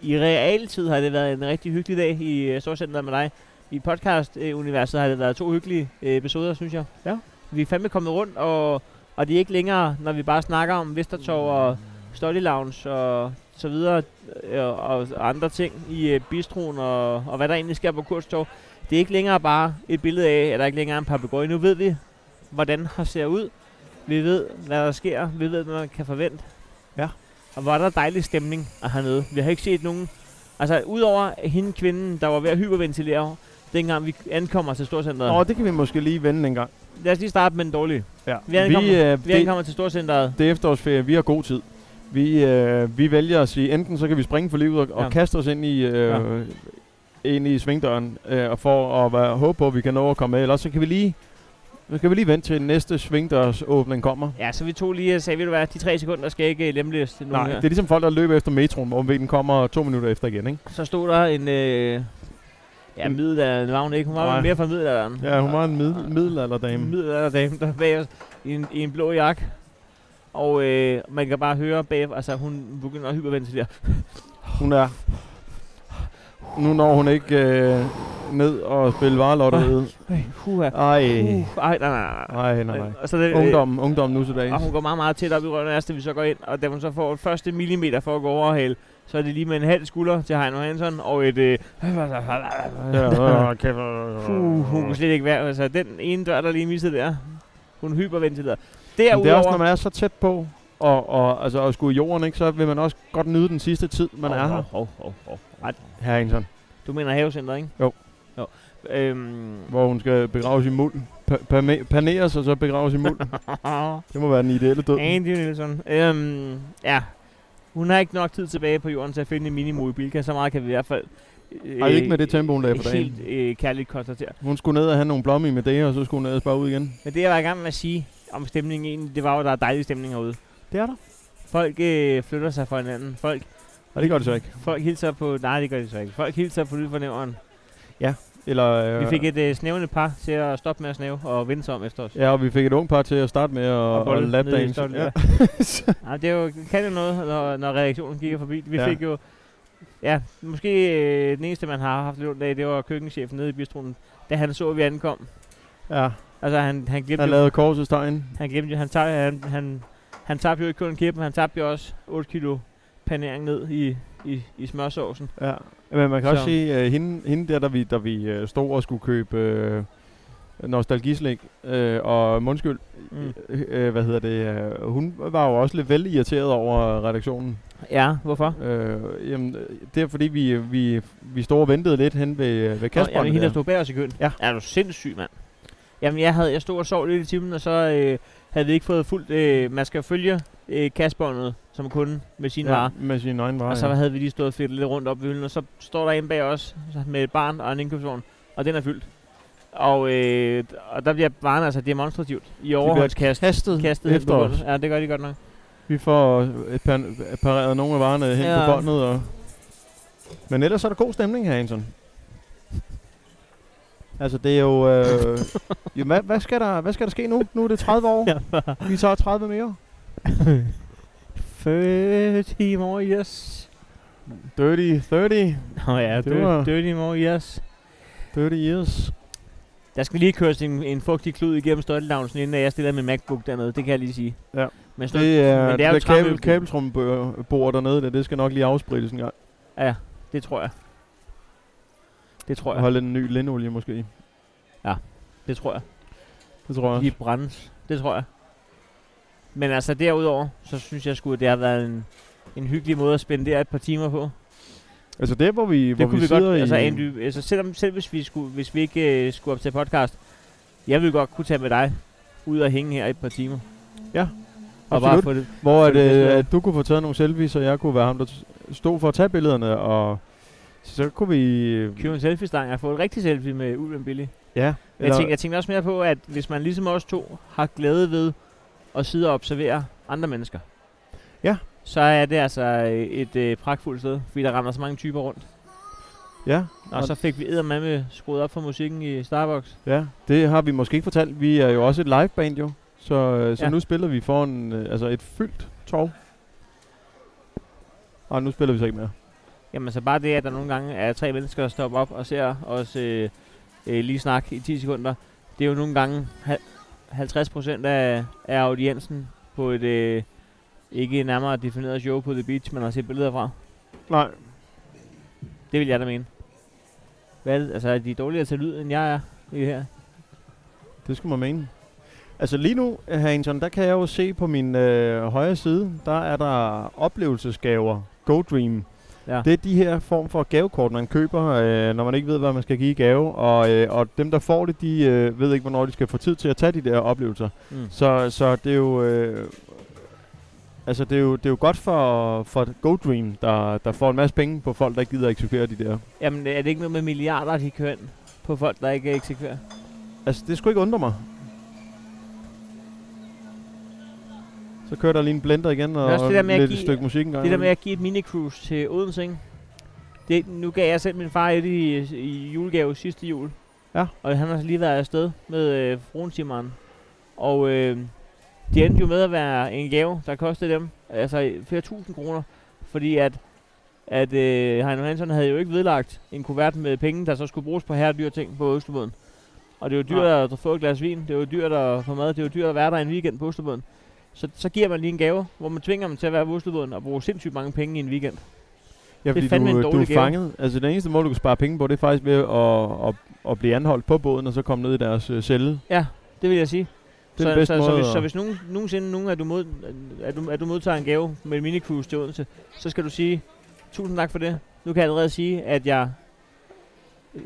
Speaker 6: I realtid har det været en rigtig hyggelig dag i øh, Storcenteret med dig. I podcast-universet har det været to hyggelige øh, episoder, synes jeg.
Speaker 1: Ja.
Speaker 6: vi er fandme kommet rundt, og, og det er ikke længere, når vi bare snakker om Vestertorv og Stolly Lounge og så videre, øh, og, og andre ting i øh, bistroen, og, og hvad der egentlig sker på Kurstorv. Det er ikke længere bare et billede af, at der ikke længere er en papegøje. Nu ved vi, hvordan her ser ud. Vi ved, hvad der sker. Vi ved, hvad man kan forvente.
Speaker 1: Ja.
Speaker 6: Og hvor er der dejlig stemning hernede. Vi har ikke set nogen... Altså, udover hende kvinden, der var ved at hyperventilere, dengang vi ankommer til Storcenteret.
Speaker 1: Nå, det kan vi måske lige vende en gang.
Speaker 6: Lad os lige starte med den dårlige.
Speaker 1: Ja.
Speaker 6: Vi ankommer,
Speaker 1: øh,
Speaker 6: vi
Speaker 1: det,
Speaker 6: ankommer til Storcenteret.
Speaker 1: det er efterårsferie, vi har god tid. Vi, øh, vi vælger at sige, enten så kan vi springe for livet og, og
Speaker 6: Ja.
Speaker 1: kaste os ind i, øh, ja. ind i svingdøren, øh, og for at være, håbe på, at vi kan nå at komme med. Eller også så kan vi lige, så kan vi lige vente til næste svingdørsåbning kommer.
Speaker 6: Ja, så vi to lige og sagde, ved du hvad, de tre sekunder skal ikke øh, lemlæst nu
Speaker 1: Nej,
Speaker 6: her.
Speaker 1: det er ligesom folk, der løber efter metroen, hvor den kommer to minutter efter igen, ikke?
Speaker 6: Så stod der en... Øh, ja, middelalderen var hun ikke. Hun var
Speaker 1: Nej.
Speaker 6: Nej. mere fra middelalderen.
Speaker 1: Ja, hun var en
Speaker 6: Ja.
Speaker 1: mid- middelalderdame.
Speaker 6: middelalderdame, der bag os i en, i en blå jakke. Og øh, man kan bare høre bag, altså hun begynder at hyperventilere.
Speaker 1: Hun er... Nu når hun ikke øh, ned og spille varelotteriet.
Speaker 6: Ej, huha.
Speaker 1: Ej,
Speaker 6: Uh, ej, nej, nej, nej.
Speaker 1: ej, nej, nej.
Speaker 6: Og så det, øh,
Speaker 1: Ungdom, ungdom nu til dags.
Speaker 6: Og hun går meget, meget tæt op i røven af os, da vi så går ind. Og da hun så får første millimeter for at gå over og hale, så er det lige med en halv skulder til Heino Hansen og et... Øh, Ah.
Speaker 1: Ja, øh, kæft.
Speaker 6: Puh, hun kunne slet ikke være. Altså, den ene dør, der lige missede der. Hun hyperventilerer.
Speaker 1: Men det er også, når
Speaker 6: Derudover...
Speaker 1: man er så tæt på, og, og, altså, og skulle i jorden, ikke, så vil man også godt nyde den sidste tid, man er her.
Speaker 6: Hov, hov, hov, hov, hov. Ej,
Speaker 1: Her Hansen,
Speaker 6: Du mener havecenteret, ikke?
Speaker 1: Jo.
Speaker 6: jo. Øhm,
Speaker 1: hvor hun skal begraves i muld. Pa- pame- Paneres og så begraves i muld.
Speaker 6: (laughs)
Speaker 1: Det må være den ideelle død.
Speaker 6: Andy Nielsen. Øhm, ja. Hun har ikke nok tid tilbage på jorden til at finde en minimobilka. Så meget kan vi i hvert fald... Øh,
Speaker 1: Ej, ikke med det tempo, hun lagde på
Speaker 6: helt
Speaker 1: dagen.
Speaker 6: øh, kærligt konstatere.
Speaker 1: Hun skulle ned og have nogle blomme i med det, og så skulle hun ned og spare ud igen.
Speaker 6: Men det, jeg var i gang med at sige om stemningen egentlig, det var jo, at der er dejlig stemning herude.
Speaker 1: Det er der.
Speaker 6: Folk øh, flytter sig fra hinanden. Folk,
Speaker 1: Og det gør det så ikke.
Speaker 6: folk hilser på... Nej, det gør de så ikke. Folk hilser på lydfornæveren.
Speaker 1: Eller,
Speaker 6: Øh.
Speaker 1: øh,
Speaker 6: Vi fik et øh, snævende par til at stoppe med at snæve og vende sig om efter os.
Speaker 1: Ja, og vi fik et ung par til at starte med at og og
Speaker 6: bolle nede i
Speaker 1: lapdance.
Speaker 6: stolten, (laughs)
Speaker 1: Ja.
Speaker 6: Nej, det er jo, det kan jo noget, når, når reaktionen gik forbi. Vi
Speaker 1: Ja.
Speaker 6: ja. fik jo... Ja, måske øh, den eneste, man har haft lidt ondt af, det var køkkenchefen nede i bistroen, da han så, at vi
Speaker 1: (laughs)
Speaker 6: ankom.
Speaker 1: ja.
Speaker 6: Altså, han, han glemte
Speaker 1: Han
Speaker 6: jo,
Speaker 1: lavede korsets tegn.
Speaker 6: han glemte jo, han, tab, han, han, han tabte jo ikke kun kippen, han tabte jo også 8 kilo panering ned i, i, i smørsovsen.
Speaker 1: Ja. Men man kan så. også
Speaker 6: Så.
Speaker 1: sige, at hende, hende der, der vi, der vi øh, stod og skulle købe øh, nostalgislæg øh, og mundskyld, mm.
Speaker 6: Mm.
Speaker 1: øh, hvad hedder det, øh, hun var jo også lidt vel irriteret over redaktionen.
Speaker 6: Ja, hvorfor?
Speaker 1: Øh, jamen, øh, det er fordi, vi, vi, vi stod og ventede lidt hen ved, ved
Speaker 6: Kasper,
Speaker 1: Kasper.
Speaker 6: Nå, jamen, hende, der stod bag os i køen.
Speaker 1: Ja.
Speaker 6: Er du sindssyg, mand? Jamen, jeg, havde, jeg stod og sov lidt i timen, og så øh, havde vi ikke fået fuldt... Øh, man skal følge øh, Kasper som kunde med sine ja. varer.
Speaker 1: ja, med sine egne varer.
Speaker 6: Og så
Speaker 1: ja.
Speaker 6: havde vi lige stået og fedtet lidt rundt op i hylden, og så står der en bag os så med et barn og en indkøbsvogn, og den er fyldt. Og, øh, og der bliver varen altså demonstrativt i overhåndskast
Speaker 1: kastet,
Speaker 6: kastet hen på
Speaker 1: efter os.
Speaker 6: gulvet. Ja, det gør de godt nok.
Speaker 1: Vi får øh, et par- pareret nogle af varerne hen ja.
Speaker 6: Ja.
Speaker 1: på båndet. Og Men ellers er der god stemning her, Anson. Altså, det er jo... Øh, jo hvad, hvad, skal der, hvad skal der ske nu? Nu er det 30 år. Vi tager 30 mere.
Speaker 6: 30 more yes.
Speaker 1: Dirty 30.
Speaker 6: Nå ja,
Speaker 1: Det
Speaker 6: det
Speaker 1: var-
Speaker 6: var... dirty more yes.
Speaker 1: Dirty years.
Speaker 6: Der skal lige køres en, en fugtig klud igennem støjtelavnsen, inden jeg stiller min MacBook dernede, det kan jeg lige sige.
Speaker 1: Ja.
Speaker 6: Men, stå,
Speaker 1: Det er,
Speaker 6: men
Speaker 1: det er
Speaker 6: jo
Speaker 1: det
Speaker 6: træmøbel-
Speaker 1: kabel, kabeltrumbord dernede, der, det skal nok lige afsprittes en gang.
Speaker 6: Ja, det tror jeg. Det tror
Speaker 1: Og
Speaker 6: jeg.
Speaker 1: holde en ny lindolie måske.
Speaker 6: Det tror jeg.
Speaker 1: Det tror jeg
Speaker 6: I
Speaker 1: også.
Speaker 6: brændes, det tror jeg. Men altså derudover, så synes jeg sgu, at det har været en, en hyggelig måde at spendere et par timer på.
Speaker 1: Altså det, hvor vi, hvor
Speaker 6: Det kunne
Speaker 1: vi
Speaker 6: vi
Speaker 1: sidder
Speaker 6: godt,
Speaker 1: i...
Speaker 6: altså, Andy, altså selvom, selv hvis vi, skulle, hvis vi ikke øh, skulle op til podcast, jeg ville godt kunne tage med dig ud og hænge her i et par timer.
Speaker 1: Ja,
Speaker 6: Og bare
Speaker 1: absolut.
Speaker 6: få det.
Speaker 1: Hvor at,
Speaker 6: Følg med,
Speaker 1: øh,
Speaker 6: så-
Speaker 1: at du kunne få taget nogle selfies, og jeg kunne være ham, der t- stod for at tage billederne, og så kunne vi...
Speaker 6: Købe en selfie-stang og få et rigtigt selfie med Ulven Billy.
Speaker 1: Ja,
Speaker 6: Men Jeg tænkte, jeg tænkte også mere på, at hvis man ligesom os to har glæde ved at sidde og observere andre mennesker,
Speaker 1: Ja.
Speaker 6: så er det altså øh, et øh, pragtfuldt sted, fordi der render så mange typer rundt.
Speaker 1: ja,
Speaker 6: Og så fik vi eddermame skruet op for musikken i Starbucks.
Speaker 1: ja, det har vi måske ikke fortalt. Vi er jo også et liveband jo, så, øh, så ja.
Speaker 6: Ja.
Speaker 1: nu spiller vi foran øh, altså et fyldt torv. Og nu spiller vi så ikke mere.
Speaker 6: Jamen så bare det, at der nogle gange er tre mennesker, der stopper op og ser os øh, øh, lige snakke i 10 sekunder. Det er jo nogle gange ha- 50 procent af, af audiensen på et øh, ikke nærmere defineret show på The Beach, man har set billeder fra.
Speaker 1: Nej.
Speaker 6: Det vil jeg da mene. Hvad er det? Altså, er de dårligere til lyd, end jeg er i det her?
Speaker 1: Det skulle man mene. Altså lige nu, Hanson, der kan jeg jo se på min øh, højre side, der er der oplevelsesgaver. Go Dream.
Speaker 6: Ja.
Speaker 1: Det er de her form for gavekort, man køber, øh, når man ikke ved, hvad man skal give i gave. Og, øh, og dem, der får det, de øh, ved ikke, hvornår de skal få tid til at tage de der oplevelser.
Speaker 6: Mm.
Speaker 1: Så, så det er jo... Øh, altså, det er jo, det er jo godt for, for Go Dream, der, der får en masse penge på folk, der ikke gider at eksekvere de der.
Speaker 6: Jamen, er det ikke noget med milliarder, de kører ind på folk, der ikke eksekverer?
Speaker 1: Altså, det skulle ikke undre mig. Så kører der lige en blender igen, og
Speaker 6: også det der med at
Speaker 1: lidt
Speaker 6: give-
Speaker 1: et stykke musik engang.
Speaker 6: Det der med at give et minicruise til Odense, ikke? Det, nu gav jeg selv min far et i, i julegave sidste jul.
Speaker 1: Ja.
Speaker 6: Og han har så lige været afsted med øh, fruentimeren. Og øh, det endte jo med at være en gave, der kostede dem altså flere tusind kroner. Fordi at, at øh, Heino Hansen havde jo ikke vedlagt en kuvert med penge, der så skulle bruges på herredyr ting på Østerbåden. Og det var dyrt at få et glas vin, det var dyrt at få mad, det var dyrt at være der en weekend på Østerbåden så, så giver man lige en gave, hvor man tvinger dem til at være på Oslobåden og bruge sindssygt mange penge i en weekend.
Speaker 1: ja,
Speaker 6: det er
Speaker 1: fordi
Speaker 6: fandme
Speaker 1: du,
Speaker 6: en
Speaker 1: du
Speaker 6: dårlig
Speaker 1: er
Speaker 6: gave.
Speaker 1: fanget. Altså, den eneste måde, du kan spare penge på, det er faktisk ved at, at, at blive anholdt på båden, og så komme ned i deres øh, celle.
Speaker 6: Det vil jeg sige.
Speaker 1: Det er
Speaker 6: så,
Speaker 1: den bedste
Speaker 6: så, så,
Speaker 1: måde
Speaker 6: hvis,
Speaker 1: at-
Speaker 6: så hvis nogen, nogensinde nogen er du, mod, er, du, er du modtager en gave med en minicruise til Odense, så skal du sige, tusind tak for det. Nu kan jeg allerede sige, at jeg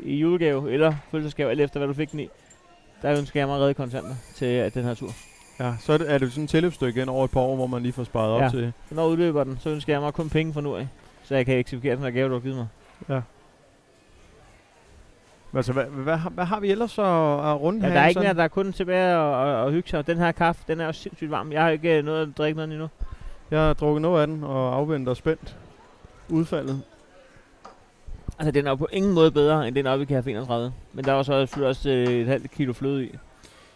Speaker 6: i julegave eller fødselsgave, alt efter hvad du fik den i, der ønsker jeg mig redde kontanter til øh, den her tur.
Speaker 1: Ja, så er det, er det sådan et tilløbsstykke ind over et par år, hvor man lige får sparet
Speaker 6: Ja.
Speaker 1: op til.
Speaker 6: Når udløber den, så ønsker jeg mig kun penge fra nu af, så jeg kan eksekvere den her gave, du har givet mig.
Speaker 1: Men Altså, hvad, hvad, har- hvad har vi ellers så at runde
Speaker 6: Ja,
Speaker 1: her?
Speaker 6: der er ikke mere,
Speaker 1: sådan?
Speaker 6: der er kun tilbage at, at, at hygge sig. Den her kaffe, den er også sindssygt varm. Jeg har ikke øh, nået at drikke noget endnu.
Speaker 1: Jeg har drukket noget af den, og afventer spændt udfaldet.
Speaker 6: Altså, den er jo på ingen måde bedre, end den oppe i Café 31. Men der er også selvfølgelig også øh, et halvt kilo fløde i.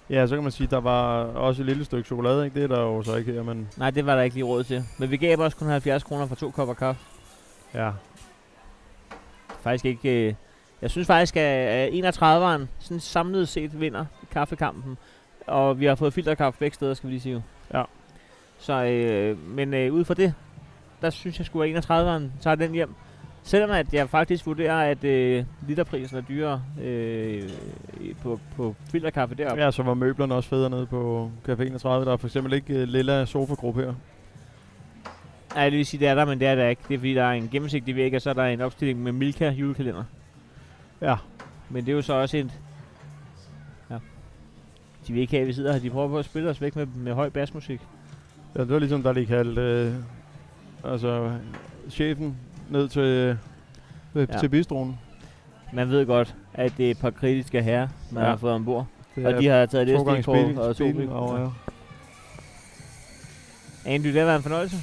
Speaker 1: Ja, så kan man sige, der var også et lille stykke chokolade, ikke? Det er der jo så ikke her, men
Speaker 6: Nej, det var der ikke lige råd til. Men vi gav også kun 70 kroner for to kopper kaffe.
Speaker 1: ja.
Speaker 6: Faktisk ikke... Øh, jeg synes faktisk, at at 31'eren sådan samlet set vinder kaffekampen. Og vi har fået filterkaffe begge steder, skal vi lige sige.
Speaker 1: Ja.
Speaker 6: Så, øh, men øh, ud fra det, der synes jeg sgu, at 31'eren tager den hjem. Selvom at jeg faktisk vurderer, at øh, literprisen er dyrere øh, i- på, på filterkaffe deroppe.
Speaker 1: Ja, så var møblerne også federe nede på Café 31. Der er for eksempel ikke uh, lilla sofagruppe her.
Speaker 6: Nej, det vil sige, det er der, men det er der ikke. Det er fordi, der er en gennemsigtig væg, og så er der en opstilling med Milka julekalender.
Speaker 1: Ja.
Speaker 6: Men det er jo så også en... Ja. De vil ikke have, at vi sidder her. De prøver på at spille os væk med, med høj basmusik.
Speaker 1: Ja, det var ligesom, der lige kaldte øh, altså, chefen ned til, øh,
Speaker 6: Ja.
Speaker 1: ja. til bistroen.
Speaker 6: Man ved godt, at det er et par kritiske herrer, man
Speaker 1: Ja.
Speaker 6: ja. har fået ombord.
Speaker 1: Det
Speaker 6: Og de har taget det
Speaker 1: to gange
Speaker 6: stik
Speaker 1: spil,
Speaker 6: og to
Speaker 1: spil, og, ja.
Speaker 6: Andy, det har været en fornøjelse.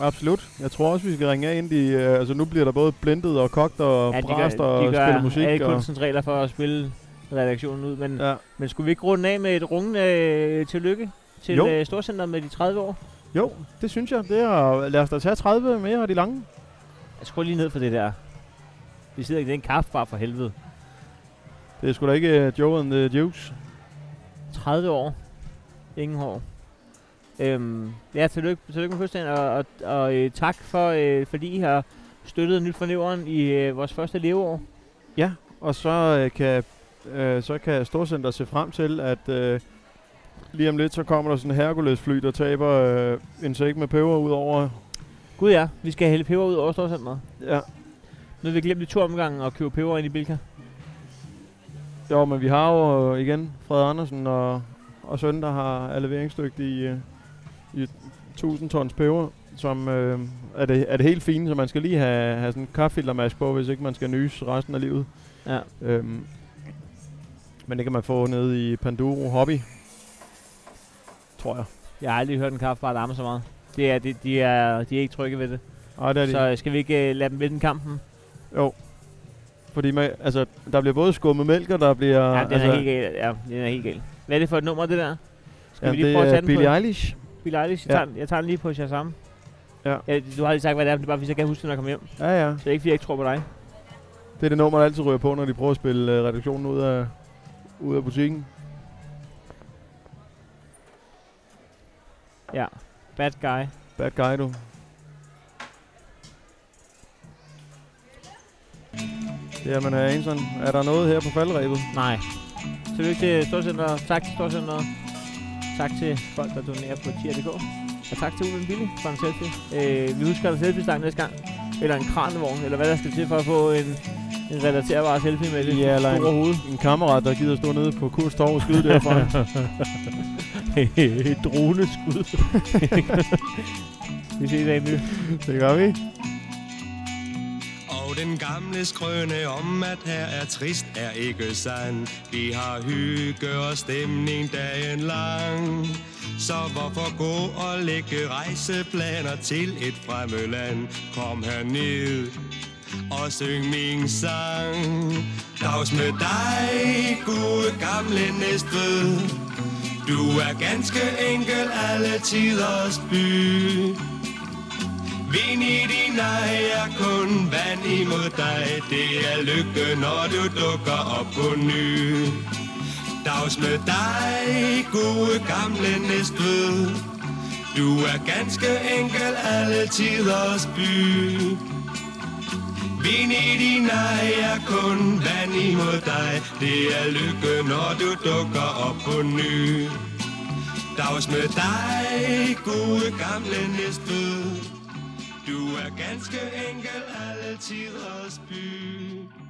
Speaker 1: Absolut. Jeg tror også, vi skal ringe af ind i... Øh, altså, nu bliver der både blendet og kogt og ja, bræst og spillet musik.
Speaker 6: alle
Speaker 1: og,
Speaker 6: kunstens regler for at spille redaktionen ud. Men, ja.
Speaker 1: ja.
Speaker 6: men skulle vi ikke runde af med et rungende øh, tillykke til
Speaker 1: Jo.
Speaker 6: øh, Storcenteret med de 30 år?
Speaker 1: Jo, det synes jeg. Det er, lad os da tage 30 mere af de lange.
Speaker 6: Jeg skruer lige ned for det der. Vi sidder ikke i den kaffe bare for helvede.
Speaker 1: Det er sgu da ikke øh, Joe and the Dukes.
Speaker 6: 30 år. Ingen hår. Øhm, ja, tillykke, tillykke med fødselsdagen, og, og, og øh, tak for, øh, fordi I har støttet Nyt Fornæveren i øh, vores første leveår.
Speaker 1: Ja, og så øh, kan, øh, så kan Storcenter se frem til, at øh, lige om lidt, så kommer der sådan en Hercules-fly, der taber øh, en sæk med peber ud over.
Speaker 6: Gud ja, vi skal hælde peber ud over Storcenteret.
Speaker 1: Ja.
Speaker 6: Nu har vi glemt i to omgange at købe peber ind i Bilka.
Speaker 1: Jo, men vi har jo øh, igen Fred Andersen og, og søn, der har er leveringsdygtige øh, i 1000 tons peber, som øh, er, det, er det helt fine, så man skal lige have, have sådan en kaffefiltermask på, hvis ikke man skal nyse resten af livet.
Speaker 6: Ja.
Speaker 1: Øhm, men det kan man få nede i Panduro Hobby, tror jeg.
Speaker 6: Jeg har aldrig hørt en kaffe bare larme så meget. Det er, det, de, er, de er ikke trygge ved det.
Speaker 1: Ej, det er de.
Speaker 6: Så øh, skal vi ikke øh, lade dem vinde kampen?
Speaker 1: Jo. Fordi man, altså, der bliver både skummet mælk, og der bliver...
Speaker 6: Ja, den
Speaker 1: altså,
Speaker 6: er helt gal. Ja, den er helt gal. Hvad er det for et nummer, det der? Skal
Speaker 1: ja,
Speaker 6: vi lige
Speaker 1: det
Speaker 6: prøve at tage
Speaker 1: er
Speaker 6: den på-
Speaker 1: Billie Eilish.
Speaker 6: Billie Eilish, jeg,
Speaker 1: Ja.
Speaker 6: tager, den- jeg tager den lige på Shazam.
Speaker 1: Ja.
Speaker 6: ja. Du har lige sagt, hvad det er, men det er bare, hvis jeg kan huske, det, når jeg kommer hjem.
Speaker 1: Ja, ja.
Speaker 6: Så det er ikke, fordi jeg ikke tror på dig.
Speaker 1: Det er det nummer, der altid ryger på, når øh, de prøver at spille uh, redaktionen ud af, ud af butikken.
Speaker 6: Ja. Bad guy.
Speaker 1: Bad guy, du. Jamen, herr Hansen, er der noget her på faldrebet?
Speaker 6: Nej. Tillykke til Storcenteret. Tak til Storcenteret. Tak til folk, der donerer på tier.dk. Og tak til Ulven Billy for en selfie. Øh, vi husker en selfie-stang næste gang. Eller en kranvogn, eller hvad der skal til for at få en, en relaterbar selfie med det
Speaker 1: Ja, eller
Speaker 6: store hoved.
Speaker 1: En kammerat, der gider stå nede på Kurs Torv og skyde (laughs) derfra.
Speaker 6: Et droneskud. vi ses af nu.
Speaker 1: det gør vi.
Speaker 3: Og den gamle skrøne om, at her er trist, er ikke sand. Vi har hygge og stemning dagen lang. Så hvorfor gå og lægge rejseplaner til et fremmed land? Kom herned og syng min sang. Dags med dig, gode gamle næstved. Du er ganske enkel alle tiders by. Vind i din nej er kun vand imod dig Det er lykke, når du dukker op på ny Dags med dig, gode gamle næstved Du er ganske enkel alle tiders by Vind i din nej er kun vand imod dig Det er lykke, når du dukker op på ny Dags med dig, gode gamle næstved du er ganske enkel alle tiders by.